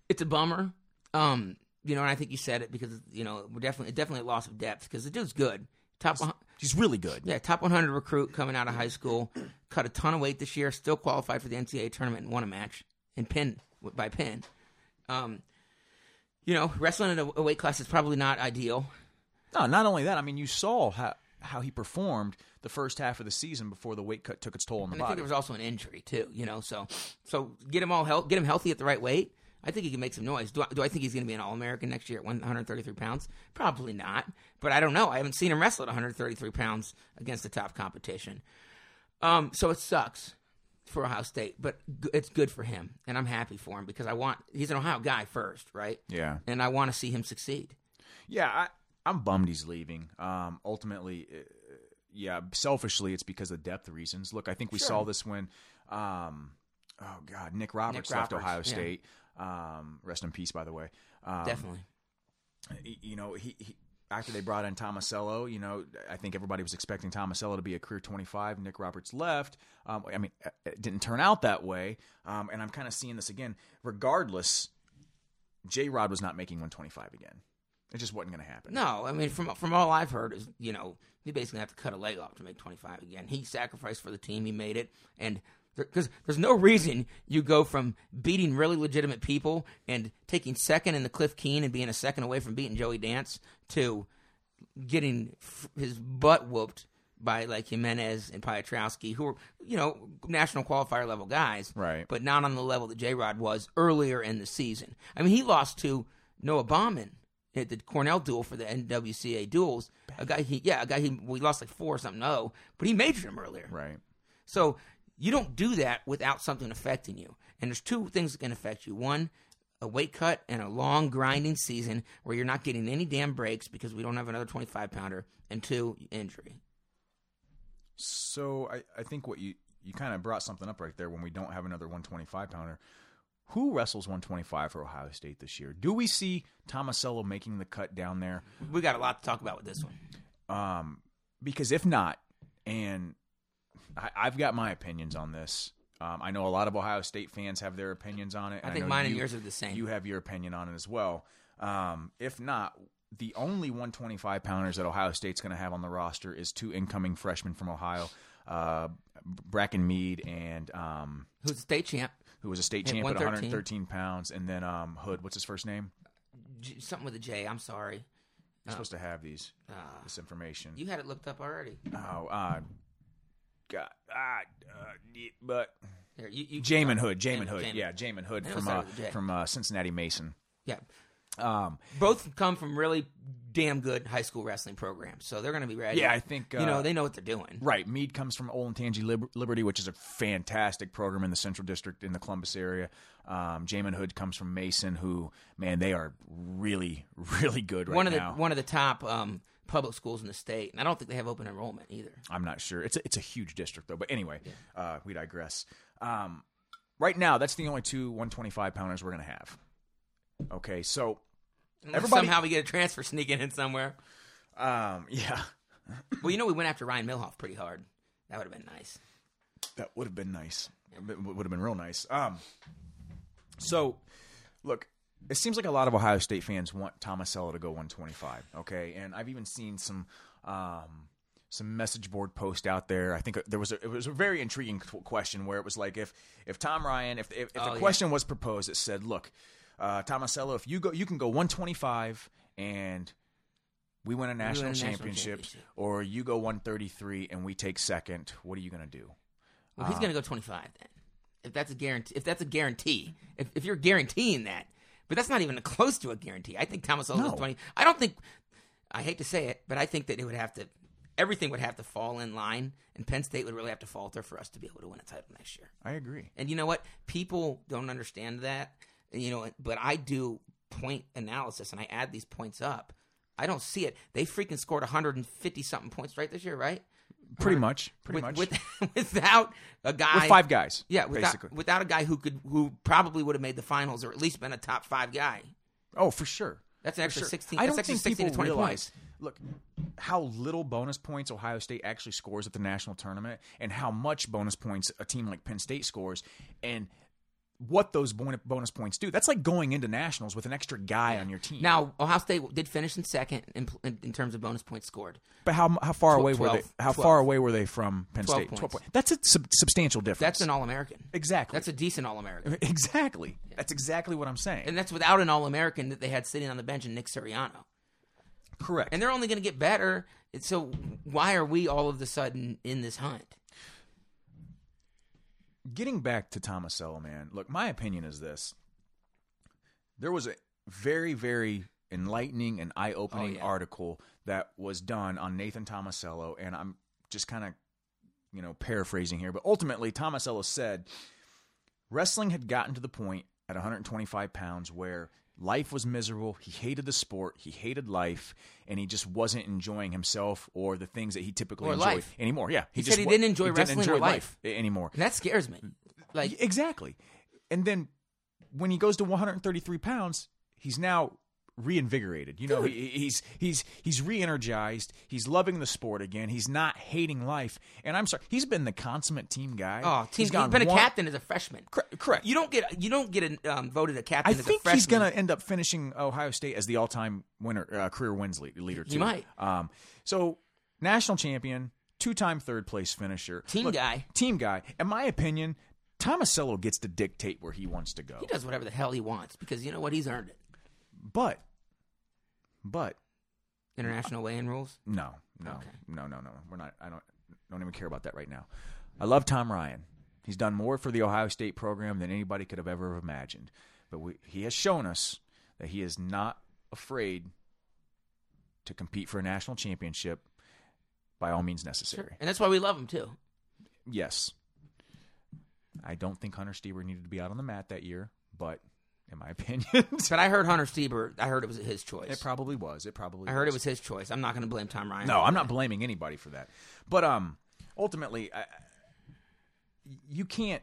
it's a bummer. Um, you know, and I think you said it because you know we're definitely definitely a loss of depth because the dude's good. Top one- He's really good. yeah, top 100 recruit coming out of high school, cut a ton of weight this year, still qualified for the NCAA tournament and won a match and pin by pin. Um, you know, wrestling in a, a weight class is probably not ideal. No, not only that. I mean, you saw how how he performed the first half of the season before the weight cut took its toll on the And I think body. there was also an injury too, you know. So, so get him all health, get him healthy at the right weight. I think he can make some noise. Do I, do I think he's going to be an All American next year at 133 pounds? Probably not. But I don't know. I haven't seen him wrestle at 133 pounds against the top competition. Um, so it sucks for Ohio State, but g- it's good for him, and I'm happy for him because I want he's an Ohio guy first, right? yeah. And I want to see him succeed. Yeah, I, I'm bummed he's leaving. Um, ultimately, uh, yeah, selfishly, it's because of depth reasons. Look, I think we saw this when, um, oh God, Nick Roberts left Roberts, Ohio yeah. State. Um, rest in peace, by the way. Um, Definitely. y- you know, he, he after they brought in Tomasello, you know, I think everybody was expecting Tomasello to be a career 25. Nick Roberts left. Um, I mean, it didn't turn out that way. Um, and I'm kind of seeing this again. Regardless, J Rod was not making 125 again. It just wasn't going to happen. No, I mean from from all I've heard is you know you basically have to cut a leg off to make twenty five again. He sacrificed for the team, he made it, and because there's no reason you go from beating really legitimate people and taking second in the Cliff Keen and being a second away from beating Joey Dance to getting f- his butt whooped by like Jimenez and Piotrowski, who are you know national qualifier level guys, Right. But not on the level that J Rod was earlier in the season. I mean, he lost to Noah Bauman at the Cornell duel for the NWCA duels. A guy he yeah, a guy he we lost like four or something. Oh, but he majored him earlier, Right. so you don't do that without something affecting you. And there's two things that can affect you. One, a weight cut and a long grinding season where you're not getting any damn breaks because we don't have another 25 pounder. And two, injury. So I, I think what you you kind of brought something up right there when we don't have another 125 pounder. Who wrestles 125 for Ohio State this year? Do we see Tomasello making the cut down there? We got a lot to talk about with this one. Um, because if not, and I, I've got my opinions on this. Um, I know a lot of Ohio State fans have their opinions on it. I and think know mine and you- yours are the same. You have your opinion on it as well. Um, if not, the only 125 pounders that Ohio State's going to have on the roster is two incoming freshmen from Ohio, uh, Bracken Mead and um, Who's the state champ? who was a state Yeah, champ at 113. 113 pounds, and then um, Hood. What's his first name? J- something with a J. I'm sorry. You're supposed to have these Ah. this information. Uh, You had it looked up already. oh, uh, God, ah, uh, yeah, but There, you, you, Jamin Hood, Jamin Jamin, Hood, Jamin. yeah, Jamin Hood I know from it uh, started with a J. from uh, Cincinnati Mason. Yeah. Um, Both come from really damn good high school wrestling programs. So they're going to be ready. Yeah, I think, you know, uh, they know what they're doing. Right. Mead comes from Olentangy Lib- Liberty, which is a fantastic program in the Central District in the Columbus area. Um, Jamin Hood comes from Mason, who, man, they are really, really good right one of the now. one of the top um, public schools in the state, and I don't think they have open enrollment either. I'm not sure. It's a, it's a huge district, though. But anyway, uh, we digress. Um, right now, that's the only two 125 pounders we're going to have. Okay. So, Unless Everybody- somehow we get a transfer sneaking in somewhere. um, [laughs] yeah, Well, you know, we went after Ryan Milhoff pretty hard. That would have been nice. that would have been nice. Would have been real nice. Um, so, look, it seems like a lot of Ohio State fans want Tomasello to go 125. Okay, and I've even seen some um, some message board post out there. I think there was a, it was a very intriguing qu- question where it was like if if Tom Ryan if if, if Oh, the yeah. question was proposed, it said, look, uh, Tomasello, if you go, you can go 125 and we win a national, national championship, championship. or you go 133 and we take second. What are you gonna do? Well, Uh-huh. he's going to go twenty five then. If that's a guarantee, if that's a guarantee, if, if you're guaranteeing that, but that's not even close to a guarantee. I think Thomas Owens No. twenty. I don't think. I hate to say it, but I think that it would have to. Everything would have to fall in line, and Penn State would really have to falter for us to be able to win a title next year. I agree. And you know what? People don't understand that. You know, but I do point analysis and I add these points up. I don't see it. They freaking scored 150 something points right this year, right? Pretty much. Pretty with, much. With, [laughs] without a guy. with five guys. Yeah, without, basically. without a guy who could who probably would have made the finals or at least been a top five guy. Oh, for sure. That's For an extra sure. 16 I don't that's extra think 16 people to 20 realize. points. Look, how little bonus points Ohio State actually scores at the national tournament, and how much bonus points a team like Penn State scores, and what those bon- bonus points do. That's like going into nationals with an extra guy on your team. Now, Ohio State did finish in second in, in, in terms of bonus points scored. but how how far away were they? 12, How 12. far away were they from Penn 12 State? points. That's a sub- substantial difference. That's an All American. exactly. That's a decent All American. [laughs] exactly. That's exactly what I'm saying. And that's without an All American that they had sitting on the bench in Nick Siriano. Correct. And they're only going to get better. And So why are we all of a sudden in this hunt? getting back to Tomasello, man, look, my opinion is this. There was a very, very enlightening and eye opening Oh, yeah. article that was done on Nathan Tomasello, and I'm just kind of, you know, paraphrasing here, but ultimately, Tomasello said wrestling had gotten to the point at 125 pounds where life was miserable. He hated the sport, he hated life, and he just wasn't enjoying himself or the things that he typically Or enjoyed life. anymore. Yeah, He said he didn't enjoy wrestling or life. life anymore. And that scares me. Like, Exactly. And then when he goes to 133 pounds, he's now reinvigorated. You know, he, he's he's he's re-energized. He's loving the sport again. He's not hating life. And I'm sorry, he's been the consummate team guy. oh, team, he's gone been a one- captain as a freshman. Cor- correct. You don't get you don't get a, um, voted a captain I as think a freshman. he's going to end up finishing Ohio State as the all-time winner, uh, career wins le- leader. He too. might. Um, so national champion, two-time third place finisher, Team Look, guy. team guy. In my opinion, Tomasello gets to dictate where he wants to go. He does whatever the hell he wants because you know what? He's earned it. But, but International weigh-in rules. no, no, Okay. no, no, no. We're not. I don't. Don't even care about that right now. I love Tom Ryan. He's done more for the Ohio State program than anybody could have ever imagined. But we, he has shown us that he is not afraid to compete for a national championship by all means necessary. And that's why we love him too. Yes. I don't think Hunter Steber needed to be out on the mat that year, but in my [laughs] opinion, But I heard Hunter Steber. I heard it was his choice. it probably was. It probably I heard it was his choice. I'm not going to blame Tom Ryan. No, I'm not blaming anybody for that. But um ultimately I, I- you can't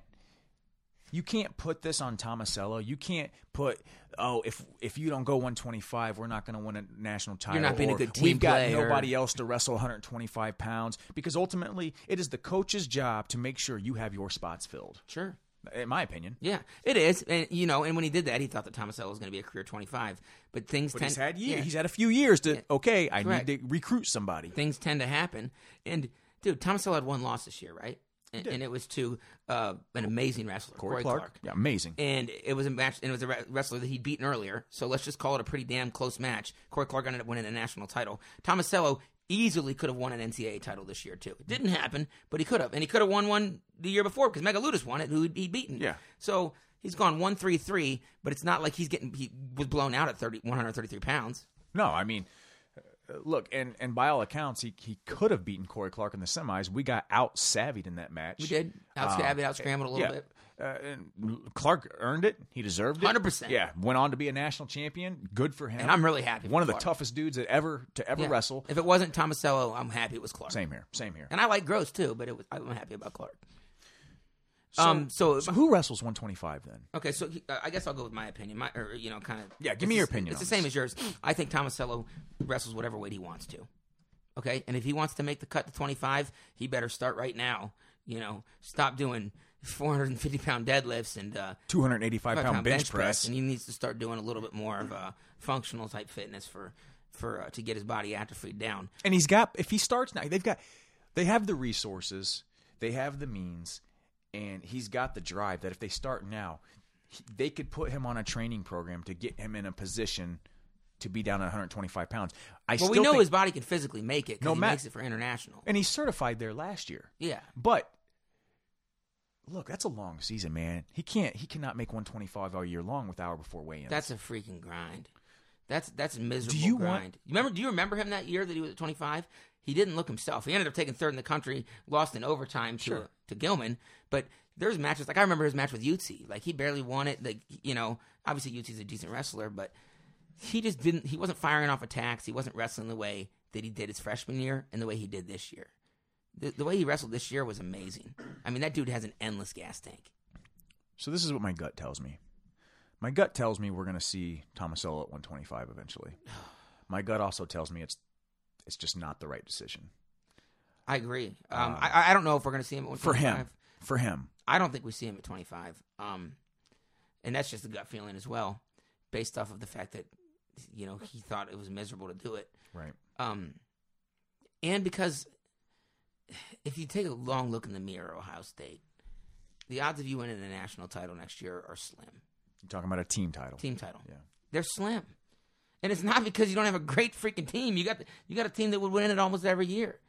you can't put this on Tomasello. You can't put oh if if you don't go 125, we're not going to win a national title. not being a or good team We've got player. nobody else to wrestle 125 pounds because ultimately it is the coach's job to make sure you have your spots filled. Sure. In my opinion, Yeah, it is, and you know, and when he did that, he thought that Tomasello was going to be a career 25, but things But tend he's had years. yeah, He's had a few years to okay. I Correct. need to recruit somebody. things tend to happen. And dude, Tomasello had one loss this year, right? And, and it was to uh, an amazing wrestler, Corey, Clark. yeah, amazing. And it was a match, and it was a re- wrestler that he'd beaten earlier. So let's just call it a pretty damn close match. Corey Clark ended up winning the national title. Tomasello easily could have won an NCAA title this year too. It didn't happen, but he could have, and he could have won one the year before because Megalutis won it, who he'd he'd beaten. Yeah. So he's gone one three three, but it's not like he's getting he was blown out at 30, 133 pounds. No, I mean, uh, look, and and by all accounts, he he could have beaten Corey Clark in the semis. We got out savvied in that match. We did out scrabbed, out scrambled a little Yeah. bit. Uh, and Clark earned it. He deserved it. 100%. Yeah, went on to be a national champion. Good for him. And I'm really happy for One of the Clark. toughest dudes that ever to ever Yeah. wrestle. If it wasn't Tomasello, I'm happy it was Clark. Same here. Same here. And I like Gross too, but it was I'm happy about Clark. um, so- so who wrestles 125 then? Okay, so he- uh, I guess I'll go with my opinion. My, or you know, kind of. Yeah, give me your opinion It's on the same this. as yours. I think Tomasello wrestles whatever weight he wants to. Okay, and if he wants to make the cut to 25, he better start right now. You know, stop doing 450 pound deadlifts and uh, 285 five pound, pound bench, press. and he needs to start doing a little bit more of uh, functional type fitness for for uh, to get his body atrophy down. And he's got if he starts now, they've got they have the resources, they have the means, and he's got the drive that if they start now, he- they could put him on a training program to get him in a position to be down at 125 pounds. I Well, still we know think, his body can physically make it. 'cause No he ma- makes it for international. and he's certified there last year. Yeah, But look, that's a long season, man. He can't he cannot make 125 all year long with hour before weigh-in. that's a freaking grind. That's that's a miserable you want- grind. You remember? Do you remember him that year that he was at 25? He didn't look himself. He ended up taking third in the country, lost in overtime to to Gilman. But there's matches like I remember his match with Utsi. Like he barely won it. Like you know, obviously Utsi's a decent wrestler, but he just didn't. He wasn't firing off attacks. He wasn't wrestling the way that he did his freshman year and the way he did this year. The, the way he wrestled this year was amazing. I mean, that dude has an endless gas tank. So this is what my gut tells me. My gut tells me we're going to see Tomasello at 125 eventually. My gut also tells me it's it's just not the right decision I agree. Um, I, I don't know if we're going to see him at Uh, for 125. him. For him, I don't think we see him at 25. Um, and that's just a gut feeling as well, based off of the fact that, you know, he thought it was miserable to do it. right? Um, and because if you take a long look in the mirror, Ohio State, the odds of you winning the national title next year are slim. You're talking about a team title. Team title. Yeah. They're slim. And it's not because you don't have a great freaking team. You got you got a team that would win it almost every year.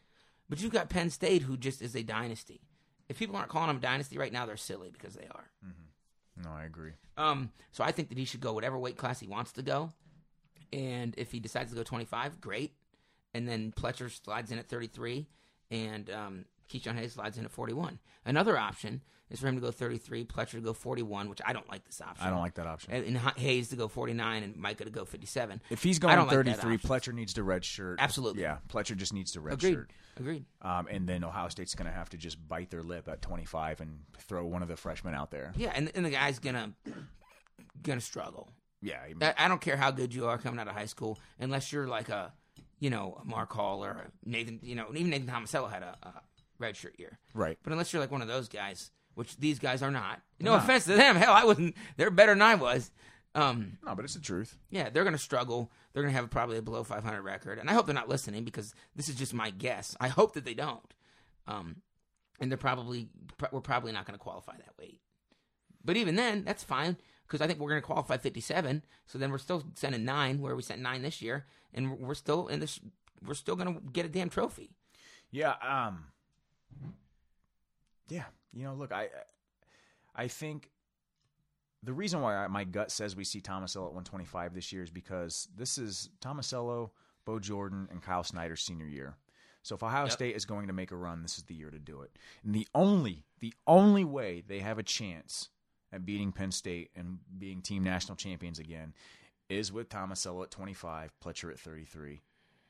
But you've got Penn State who just is a dynasty. If people aren't calling them a dynasty right now, they're silly because they are. No, I agree. Um, so I think that he should go whatever weight class he wants to go. And if he decides to go 25, great. And then Pletcher slides in at 33, and um, Keyshawn Hayes slides in at 41. Another option is for him to go 33, Pletcher to go 41, which I don't like this option. I don't like that option. And, and Ha- Hayes to go 49, and Micah to go 57. If he's I going don't like that 33, option. Pletcher needs to red shirt. Absolutely. Yeah, Pletcher just needs to red Agreed. shirt. Agreed. Um, and then Ohio State's going to have to just bite their lip at 25 and throw one of the freshmen out there. Yeah, and, and the guy's gonna gonna struggle. Yeah, I mean, I, I don't care how good you are coming out of high school, unless you're like a, you know, a Mark Hall or a Nathan, you know, even Nathan Tomasello had a, a red shirt year. right. But unless you're like one of those guys, which these guys are not. No offense to them, hell, I wasn't. They're better than I was. Um, No, but it's the truth. yeah, they're gonna struggle. They're gonna have probably a below 500 record, and I hope they're not listening because this is just my guess. I hope that they don't. Um, and they're probably pro- we're probably not going to qualify that weight. But even then, that's fine because I think we're going to qualify 57. So then we're still sending nine where we sent nine this year, and we're- we're still in this. We're still going to get a damn trophy. Yeah. Um. Yeah. You know, look, I, I think the reason why I, my gut says we see Tomasello at 125 this year is because this is Tomasello, Bo Jordan, and Kyle Snyder's senior year. So if Ohio Yep. State is going to make a run, this is the year to do it. And the only, the only way they have a chance at beating Penn State and being team national champions again is with Tomasello at 25, Pletcher at 33,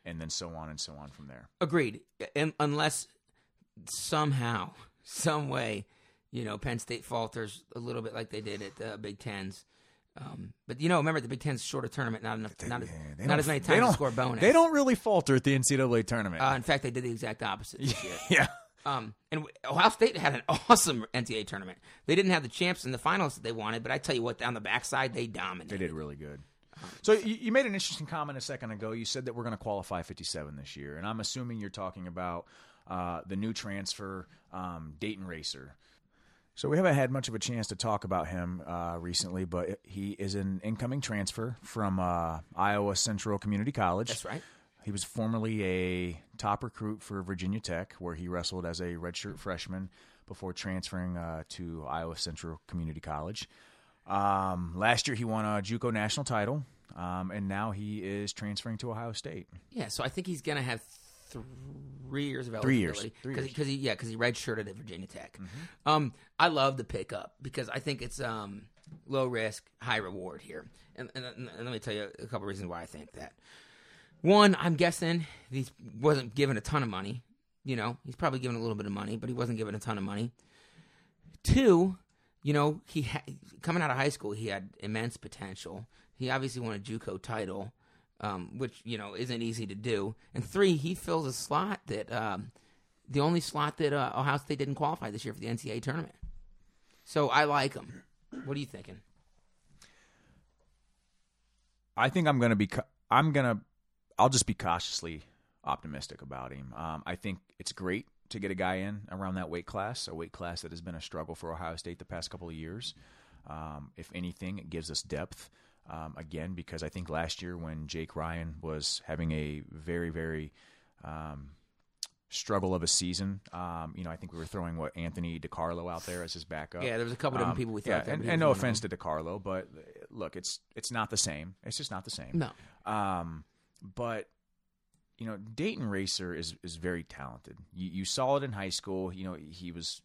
and then so on and so on from there. Agreed. Un- unless somehow, [laughs] some way, you know, Penn State falters a little bit like they did at the Big Tens. Um, but you know, remember the Big Ten's shorter tournament, not enough, not, as- Yeah, they not don't- as many they times don't- to score a bonus. They don't really falter at the NCAA tournament. Uh, in fact, they did the exact opposite this year. [laughs] yeah. Um, and w- Ohio State had an [laughs] awesome NCAA tournament. They didn't have the champs and the finals that they wanted, but I tell you what, down the backside, they dominated. They did really good. Uh, So you, you made an interesting comment a second ago. You said that we're going to qualify 57 this year, and I'm assuming you're talking about uh, the new transfer, um, Dayton Racer. So we haven't had much of a chance to talk about him uh, recently, but he is an incoming transfer from uh, Iowa Central Community College. That's right. He was formerly a top recruit for Virginia Tech, where he wrestled as a redshirt freshman before transferring uh, to Iowa Central Community College. Um, last year, he won a JUCO national title, um, and now he is transferring to Ohio State. Yeah, so I think he's going to have three years of Three years. eligibility. Three years. Mm-hmm. Because he, yeah, because he redshirted at Virginia Tech. Um, I love the pickup because I think it's um, low risk, high reward here. And, and, and let me tell you a couple reasons why I think that. One, I'm guessing he wasn't given a ton of money. You know, he's probably given a little bit of money, but he wasn't given a ton of money. Two, you know, he ha- coming out of high school, he had immense potential. He obviously won a JUCO title, um, which you know isn't easy to do. And three, he fills a slot that um, the only slot that uh, Ohio State didn't qualify this year for the NCAA tournament. So I like him. What are you thinking? I think I'm going to be. ca- I'm going to. I'll just be cautiously optimistic about him. Um, I think it's great to get a guy in around that weight class, a weight class that has been a struggle for Ohio State the past couple of years. Um, if anything, it gives us depth. Um, again, because I think last year when Jake Ryan was having a very, very um, struggle of a season, um, you know, I think we were throwing what Anthony DiCarlo out there as his backup. Yeah, there was a couple different people we threw out there, Um, and, but he and was no one of offense to DiCarlo, but uh, look, it's it's not the same. It's just not the same. No, Um, but you know, Dayton Racer is is very talented. You, you saw it in high school. You know, he was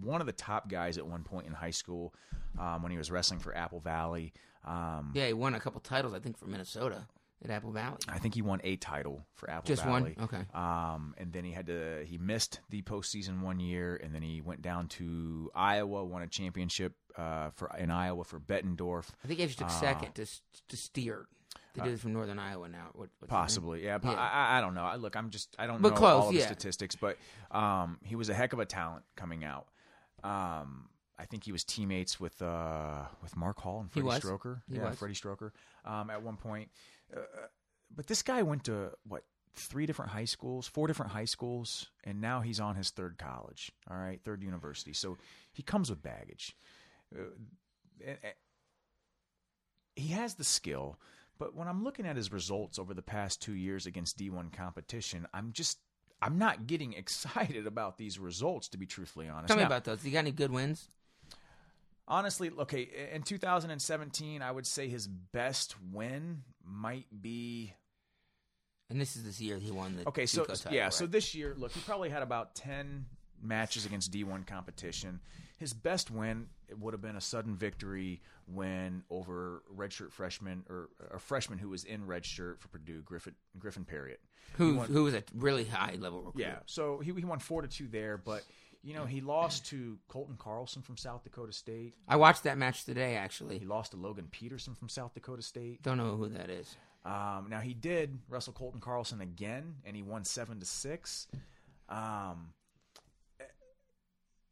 one of the top guys at one point in high school um, when he was wrestling for Apple Valley. Um, yeah, he won a couple titles, I think, for Minnesota at Apple Valley. I think he won a title for Apple Just Valley. one? Okay. Um, and then he had to he missed the postseason one year, and then he went down to Iowa, won a championship uh, for in Iowa for Bettendorf. I think he actually took Uh, second to s- to steer. They do it from Northern Iowa now. What, what's his name? Possibly, yeah. po- Yeah. I, I- I don't know. I, look, I'm just I don't But know close, all of the yeah. statistics, but um, he was a heck of a talent coming out. Um, I think he was teammates with uh, with Mark Hall and He Freddie was. Stroker. He yeah, was. Freddie Stroker. Um, at one point, uh, but this guy went to what three different high schools, four different high schools, and now he's on his third college. All right, third university. So he comes with baggage. Uh, and- and- he has the skill, but when I'm looking at his results over the past two years against D1 competition, I'm just I'm not getting [laughs] excited about these results. To be truthfully honest, Tell me Now, about those. You got any good wins? honestly. Okay, in 2017, I would say his best win might be And this is this year he won the okay. So JUCO title, yeah, right? so this year, look, he probably had about ten matches against D1 competition. His best win would have been a sudden victory win over redshirt freshman or a freshman who was in redshirt for Purdue, Griffin Griffin Perriott. who who was a really high level recruit? Yeah. So he, he won four to two there, but you know he lost to Colton Carlson from South Dakota State. I watched that match today. He Actually, lost to Logan Peterson from South Dakota State. don't know who that is. Um, now he did wrestle Colton Carlson again, and he won seven to six. Um,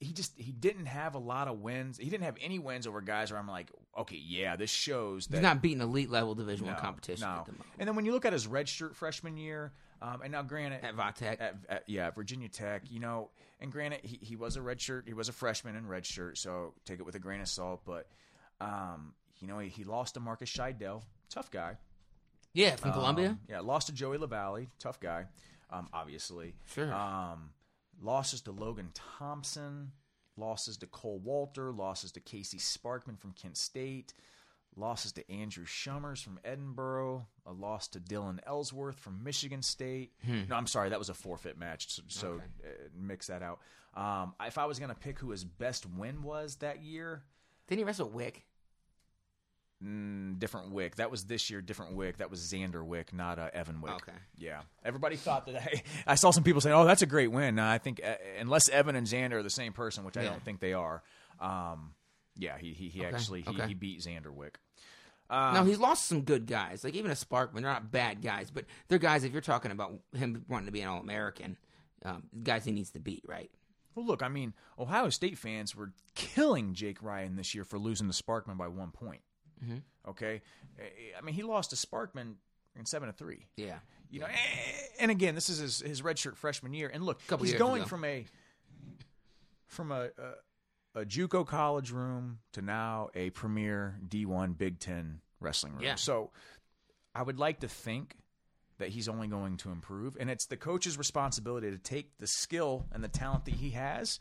he just he didn't have a lot of wins. He didn't have any wins over guys where I'm like, okay, yeah, this shows that He's not beating elite level Division One No, competition no. at the moment. And then when you look at his redshirt freshman year, Um, and now, granted, at Vatech. at, at yeah Virginia Tech. You know, and granted, he, he was a red shirt. He was a freshman in red shirt, so take it with a grain of salt. But um, you know, he, he lost to Marcus Scheidel, tough guy. yeah, from Columbia. Um, yeah, lost to Joey LaValle, tough guy, um, obviously. Sure. Um, losses to Logan Thompson, losses to Cole Walter, losses to Casey Sparkman from Kent State, losses to Andrew Shummers from Edinburgh, a loss to Dylan Ellsworth from Michigan State. No, I'm sorry, that was a forfeit match, so, so uh, mix that out. Um, if I was going to pick who his best win was that year, Didn't he wrestle Wick? mm, different Wick. That was this year, different Wick. That was Xander Wick, not uh, Evan Wick. Okay. Yeah. Everybody thought that. [laughs] I, I saw some people saying, "Oh, that's a great win." Now, I think uh, unless Evan and Xander are the same person, which I Yeah. don't think they are. Um, yeah, he he, he actually he, okay. he beat Xander Wick. uh, no, he's lost some good guys. Like even a Sparkman, they're not bad guys, but they're guys. If you're talking about him wanting to be an All American, um, guys he needs to beat, right? Well, look, I mean, Ohio State fans were killing Jake Ryan this year for losing to Sparkman by one point. Mm-hmm. Okay, I- I mean, he lost to Sparkman in seven to three. Yeah. You know, and again, this is his, his redshirt freshman year. And look, Couple he's years going ago. from a from a, a a JUCO college room to now a premier D1 Big Ten wrestling room. Yeah. So I would like to think that he's only going to improve, and it's the coach's responsibility to take the skill and the talent that he has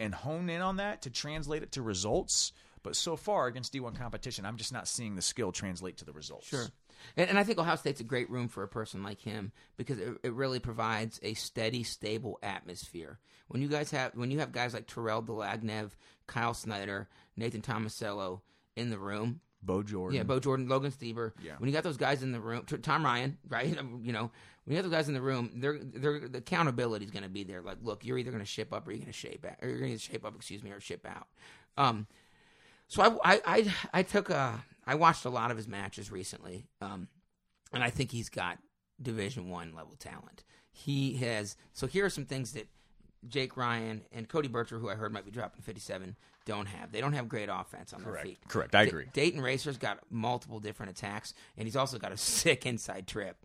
and hone in on that to translate it to results. But so far against D1 competition, I'm just not seeing the skill translate to the results. Sure. And, and I think Ohio State's a great room for a person like him because it, it really provides a steady, stable atmosphere. When you guys have when you have guys like Terrell Delagnev, Kyle Snyder, Nathan Tomasello in the room, Bo Jordan. yeah, Bo Jordan, Logan Steber. Yeah. When you got those guys in the room, T- Tom Ryan, right? [laughs] Um, You know, when you got those guys in the room, they're, they're, the accountability is going to be there. Like, look, you're either going to ship up or you're going to shape out, or you're going to shape up, excuse me, or ship out. Um, so I, I, I, I took a, I watched a lot of his matches recently, um, and I think he's got Division One level talent. He has. So here are some things that Jake Ryan and Cody Burcher, who I heard might be dropping 57, don't have. They don't have great offense on their Correct. feet. Correct. I Da- agree. Dayton Racer's got multiple different attacks, and he's also got a [laughs] sick inside trip.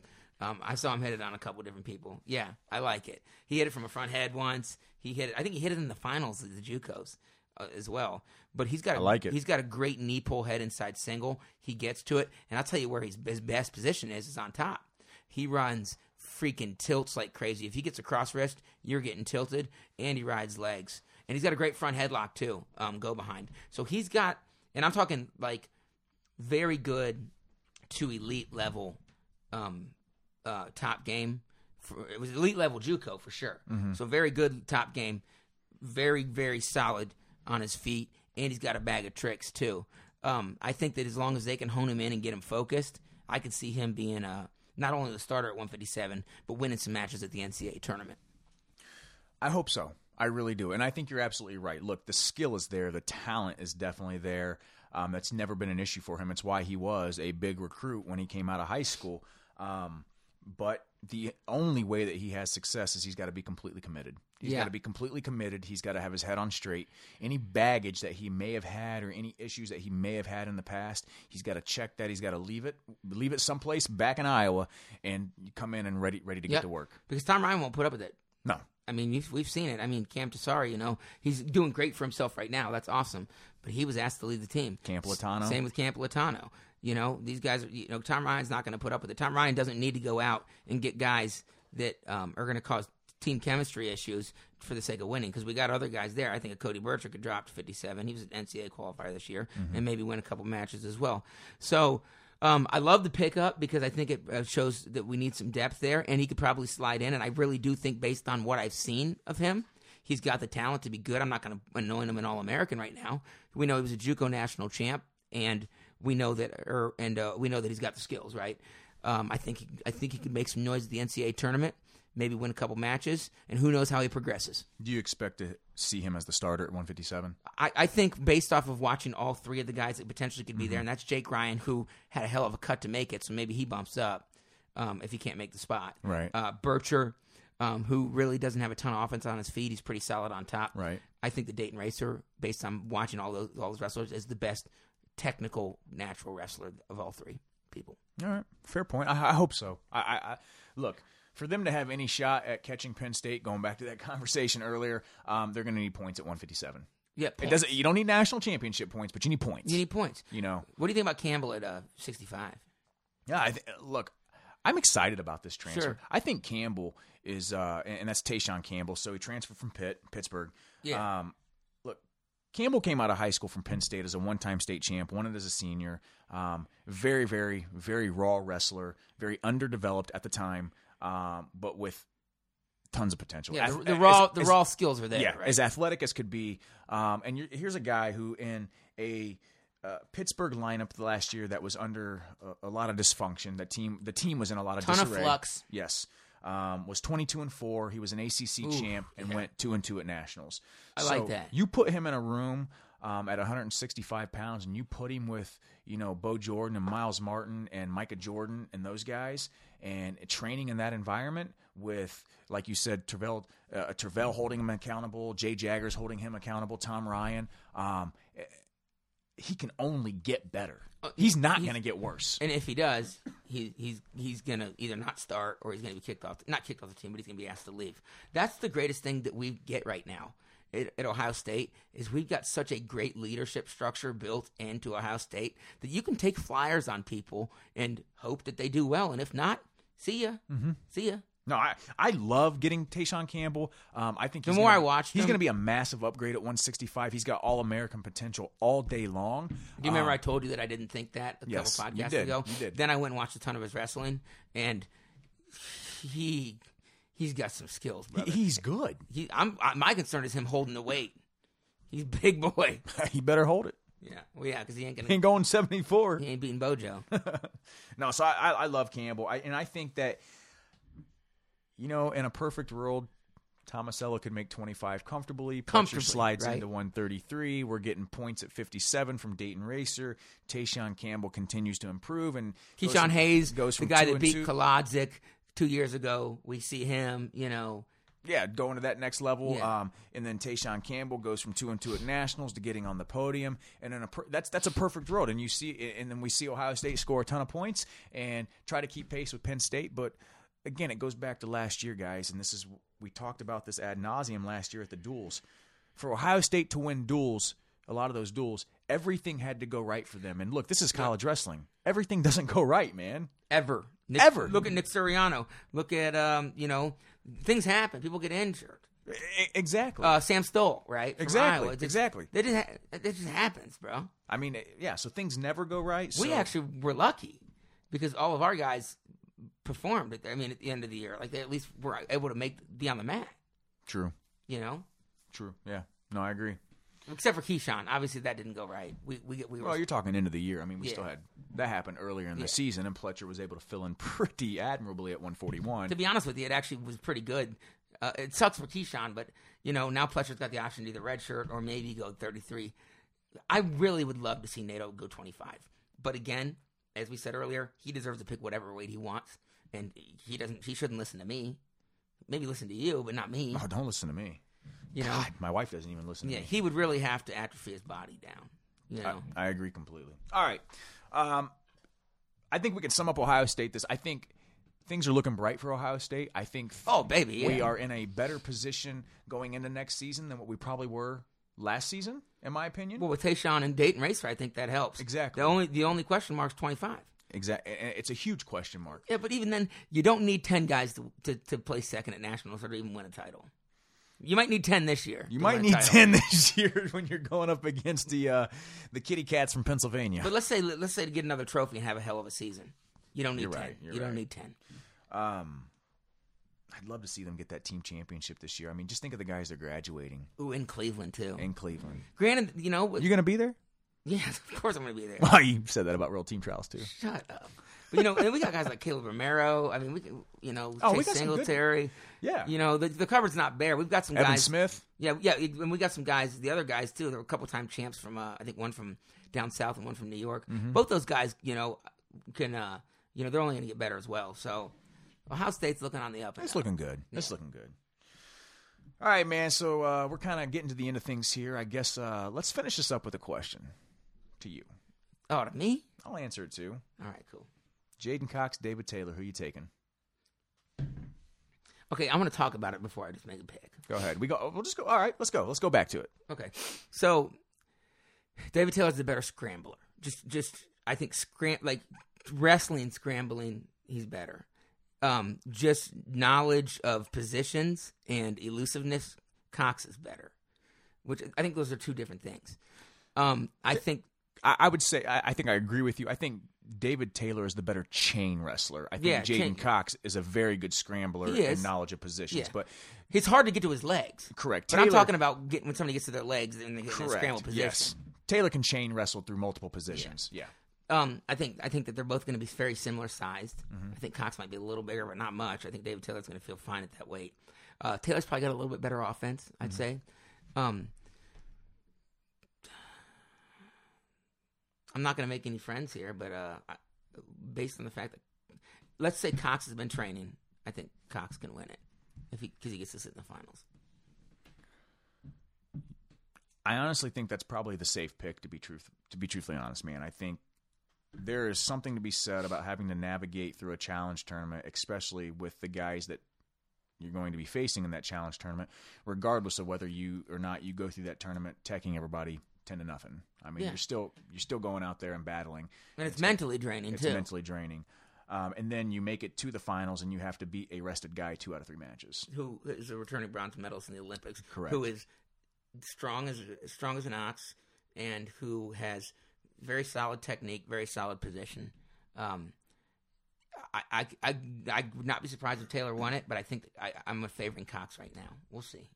Um, I saw him hit it on a couple different people. Yeah, I like it. He hit it from a front head once. He hit it. I think he hit it in the finals of the JUCOs uh, as well. But he's got a, like it. He's got a great knee pull head inside single. He gets to it, and I'll tell you where his, his best position is is on top. He runs freaking tilts like crazy. If he gets a cross wrist, you're getting tilted, and he rides legs. And he's got a great front headlock too. Um, go behind. So he's got, and I'm talking like very good to elite level um, uh, top game. For, it was elite level JUCO for sure. Mm-hmm. So very good top game, very very solid on his feet, and he's got a bag of tricks too. Um, I think that as long as they can hone him in and get him focused, I can see him being uh, not only the starter at 157, but winning some matches at the NCAA tournament. I hope so. I really do. And I think you're absolutely right. Look, the skill is there, the talent is definitely there. Um, that's never been an issue for him. It's why he was a big recruit when he came out of high school. Um, but the only way that he has success is he's got to be completely committed. He's Yeah. got to be completely committed. He's got to have his head on straight. Any baggage that he may have had or any issues that he may have had in the past, he's got to check that. He's got to leave it, leave it someplace back in Iowa, and come in and ready, ready to Yeah. get to work. because Tom Ryan won't put up with it. No, I mean, you've, we've seen it. I mean, Cam Tassari, you know, he's doing great for himself right now. That's awesome. But he was asked to lead the team. Camp Latano. Same with Camp Latano. You know, these guys, are, you know, Tom Ryan's not going to put up with it. Tom Ryan doesn't need to go out and get guys that um, are going to cause team chemistry issues for the sake of winning because we got other guys there. I think a Cody Burcher could drop to 57. He was an NCAA qualifier this year and maybe win a couple matches as well. So. Um, I love the pickup because I think it uh, shows that we need some depth there, and he could probably slide in. And I really do think, based on what I've seen of him, He's got the talent to be good. I'm not going to anoint him an All American right now. We know he was a JUCO national champ, and we know that, or and uh, we know that he's got the skills, right? Um, I think he, I think he could make some noise at the NCAA tournament, maybe win a couple matches, and who knows how he progresses. Do you expect to see him as the starter at 157? I, I think based off of watching all three of the guys that potentially could be Mm-hmm. there, and that's Jake Ryan, who had a hell of a cut to make it, so maybe he bumps up um, if he can't make the spot. Right. Uh, Bircher, um, who really doesn't have a ton of offense on his feet, he's pretty solid on top. Right. I think the Dayton Racer, based on watching all those all those wrestlers, is the best technical natural wrestler of all three people. All right, fair point. I, I hope so. I, I, I look. for them to have any shot at catching Penn State, going back to that [laughs] conversation earlier, um, they're going to need points at 157. Yeah, It points. doesn't. You don't need national championship points, but you need points. You need points. you know. What do you think about Campbell at uh, 65? Yeah, I th- look, I'm excited about this transfer. Sure. I think Campbell is, uh, and and that's Tayshawn Campbell. So he transferred from Pitt, Pittsburgh. Yeah. Um, look, Campbell came out of high school from Penn State as a one-time state champ, won it as a senior. Um, very, very, very raw wrestler, very underdeveloped at the time, um, but with tons of potential. Yeah, the, Ath- the raw as- the as- raw skills are there. yeah, right? as athletic as could be. Um, and you're, here's a guy who, in a uh, Pittsburgh lineup last year that was under a, a lot of dysfunction. That team, the team was in a lot of Ton of disarray. flux. Yes, um, was 22 and four. He was an ACC champ and went two and two at nationals. I So like that. You put him in a room. Um, at 165 pounds, and you put him with you know Bo Jordan and Miles Martin and Micah Jordan and those guys, and training in that environment with, like you said, Travell uh, Travell holding him accountable, Jay Jaggers holding him accountable, Tom Ryan. Um, eh, he can only get better. Oh, He's not going to get worse. And if he does, he, he's he's gonna either not start or he's gonna be kicked off. Not kicked off the team, but he's gonna be asked to leave. That's the greatest thing that we get right now at, at Ohio State is we've got such a great leadership structure built into Ohio State that you can take flyers on people and hope that they do well. And if not, see ya, mm-hmm. see ya. No, I, I love getting Tayshawn Campbell. Um, I think the more gonna, I watched he's him- going to be a massive upgrade at 165. He's got all American potential all day long. Uh, Do you remember I told you that I didn't think that a Yes, couple you podcasts did. ago? You did. Then I went and watched a ton of his wrestling, and he he's got some skills, brother. He- he's good. [laughs] He, I'm I, my concern is him holding the weight. He's a big boy. [laughs] he better hold it. Yeah, well, yeah, because he ain't He gonna ain't going 74. he ain't [laughs] beating Bojo. No, so I, I, I love Campbell, I, and I think that you know, in a perfect world, Tomasello could make 25 comfortably. Pletcher Comfortably, slides right. into 133. We're getting points at 57 from Dayton Racer. Tayshawn Campbell continues to improve, and goes Keyshawn from- Hayes, goes the from guy two that and beat two- Kolodzik two years ago. We see him, you know. yeah, going to that next level. Yeah. Um, and then Tayshawn Campbell goes from two and two at nationals to getting on the podium, and then a per- that's that's a perfect road. And you see, and then we see Ohio State score a ton of points and try to keep pace with Penn State, but. Again, it goes back to last year, guys, and this is we talked about this ad nauseum last year at the duels. For Ohio State to win duels, a lot of those duels, everything had to go right for them. And look, this is college wrestling; everything [laughs] doesn't go right, man. ever. Nick, Ever. Look at Nick Soriano. Look at um, you know, things happen. People get injured. E- exactly. Uh, Sam Stoll, right? From Exactly, Iowa. It just- exactly. That just, ha- that just happens, bro. I mean, yeah. So things never go right. We so- actually were lucky because all of our guys performed. At the, I mean, at the end of the year, like they at least were able to make be on the mat. true. You know, True. Yeah. No, I agree. except for Keyshawn. Obviously, that didn't go right. We we we were Well, you're talking end of the year. I mean, we Yeah. still had that happened earlier in the Yeah. season, and Pletcher was able to fill in [laughs] pretty admirably at 141. to be honest with you, it actually was pretty good. Uh, it sucks for Keyshawn, but you know now Pletcher's got the option to either red shirt or maybe go 33. I really would love to see Nato go 25, but again, as we said earlier, he deserves to pick whatever weight he wants, and he doesn't. He shouldn't listen to me. Maybe listen to you, but not me. Oh, don't listen to me. You know, God, my wife doesn't even listen yeah, to me. he would really have to atrophy his body down. You know, I agree completely. All right. Um, I think we can sum up Ohio State. This I think things are looking bright for Ohio State. I think oh baby, yeah. we are in a better position going into next season than what we probably were last season, in my opinion. Well, with Tayshawn and Dayton Racer, I think that helps. Exactly. The only the only question mark's 25. exactly. It's a huge question mark. Yeah, but even then, you don't need 10 guys to, to, to play second at nationals or to even win a title. You might need 10 this year. You might need ten [laughs] this year when you're going up against the uh, the kitty cats from Pennsylvania. But let's say let's say to get another trophy and have a hell of a season. You don't need You're 10. right, you're you don't right. need 10. I'd love to see them get that team championship this year. I mean, just think of the guys they're graduating Ooh, in Cleveland too. in Cleveland. Granted, you know, with- You gonna be there? [laughs] [laughs] yeah, of course I'm going to be there. Well, you said that about real team trials too. Shut up. But, you know, and we got guys like Caleb Romero. I mean, we can- you know, Oh, we Chase got some good- Singletary. Yeah. You know, the, the cupboard's not bare. We've got some Evan guys. Smith. Yeah, yeah, it- and we got some guys, the other guys too. There were a couple time champs from, uh, I think one from down south and one from New York. Both those guys, you know, can, uh, you know, they're only going to get better as well. So Ohio State's looking on the up. And It's up. looking good. It's looking good. All right, man. So uh, we're kind of getting to the end of things here. I guess uh, let's finish this up with a question to you. Oh, to me? I'll answer it too. All right, cool. Jaden Cox, David Taylor. Who you taking? Okay, I'm going to talk about it before I just make a pick. Go ahead. We go. We'll just go. All right. Let's go. Let's go back to it. Okay, so David Taylor's the better scrambler. Just, just I think scram like wrestling scrambling. He's better. Um, just knowledge of positions and elusiveness. Cox is better, which I think those are two different things. Um, I think I, I would say I, I think I agree with you. I think David Taylor is the better chain wrestler. I think Yeah, Jaden chain- Cox is a very good scrambler He and is. knowledge of positions. Yeah. But it's hard to get to his legs. correct. But I'm talking about getting, when somebody gets to their legs and they get in a scramble position. Yes. Taylor can chain wrestle through multiple positions. Yeah. Um, I think I think that they're both going to be very similar sized. I think Cox might be a little bigger, but not much. I think David Taylor's going to feel fine at that weight. Uh, Taylor's probably got a little bit better offense, I'd say. Um, I'm not going to make any friends here, but uh, I, based on the fact that, let's say Cox has been training, I think Cox can win it if he because he gets to sit in the finals. I honestly think that's probably the safe pick to be truth to be truthfully honest, man. I think there is something to be said about having to navigate through a challenge tournament, especially with the guys that you're going to be facing in that challenge tournament, regardless of whether you or not you go through that tournament teching everybody ten to nothing. I mean, Yeah. you're still you're still going out there and battling. And it's, mentally draining It's too. mentally draining. Um, and then you make it to the finals, and you have to beat a rested guy two out of three matches. who is a returning bronze medalist in the Olympics, Correct. who is strong as strong as an ox, and who has very solid technique, very solid position. Um, I, I, I, I would not be surprised if Taylor won it, but I think I, I'm favoring Cox right now. We'll see.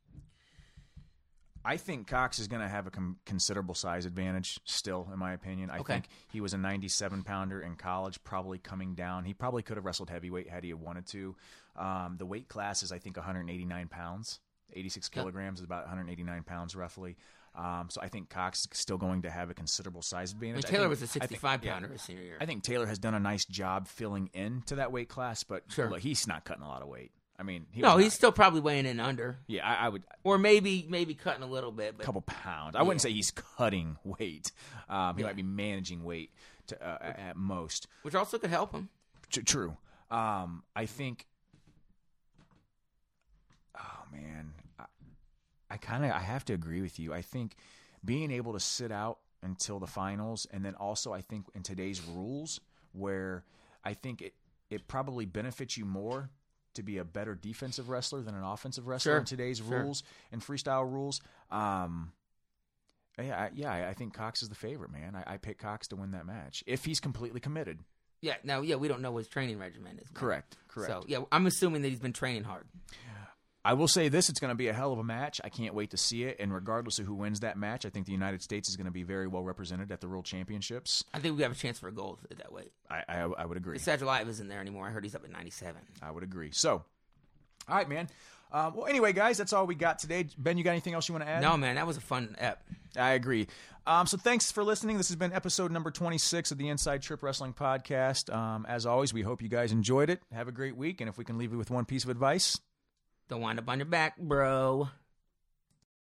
I think Cox is going to have a com- considerable size advantage still, in my opinion. I Okay. think he was a 97 pounder in college, probably coming down. He probably could have wrestled heavyweight had he wanted to. Um, the weight class is, I think, 189 pounds. 86 kilograms is about 189 pounds roughly. Um, so I think Cox is still going to have a considerable size I mean, advantage. I Taylor think- was a I think- 65 yeah. pounder his senior year. I think Taylor has done a nice job filling in to that weight class, but Sure. look, he's not cutting a lot of weight. I mean, he no, was he's not- still probably weighing in under, yeah. I, I would or maybe maybe cutting a little bit, but couple pounds. I wouldn't say he's cutting [laughs] weight. Um, he might be managing weight to, uh, a- at most. which also could help him. Tr- true. Um, I think. Oh man, I, I kind of I have to agree with you. I think being able to sit out until the finals, and then also I think in today's rules, where I think it it probably benefits you more to be a better defensive wrestler than an offensive wrestler Sure. in today's Sure. rules and freestyle rules. Um, yeah, I, yeah, I- I think Cox is the favorite, man. I, I pick Cox to win that match if he's completely committed. Yeah. Now, yeah, we don't know what his training regimen is. Correct, correct. So, yeah, I'm assuming that he's been training hard. I will say this: it's going to be a hell of a match. I can't wait to see it. And regardless of who wins that match, I think the United States is going to be very well represented at the World Championships. I think we have a chance for a gold at that weight. I I, I would agree. Sajalayev isn't there anymore. I heard he's up at 97. I would agree. So, all right, man. Um, well, anyway, guys, that's all we got today. Ben, you got anything else you want to add? No, man, that was a fun ep. I agree. Um, so thanks for listening. This has been episode number 26 of the Inside Trip Wrestling Podcast. Um, as always, we hope you guys enjoyed it. Have a great week. And if we can leave you with one piece of advice, Don't wind up on your back, bro.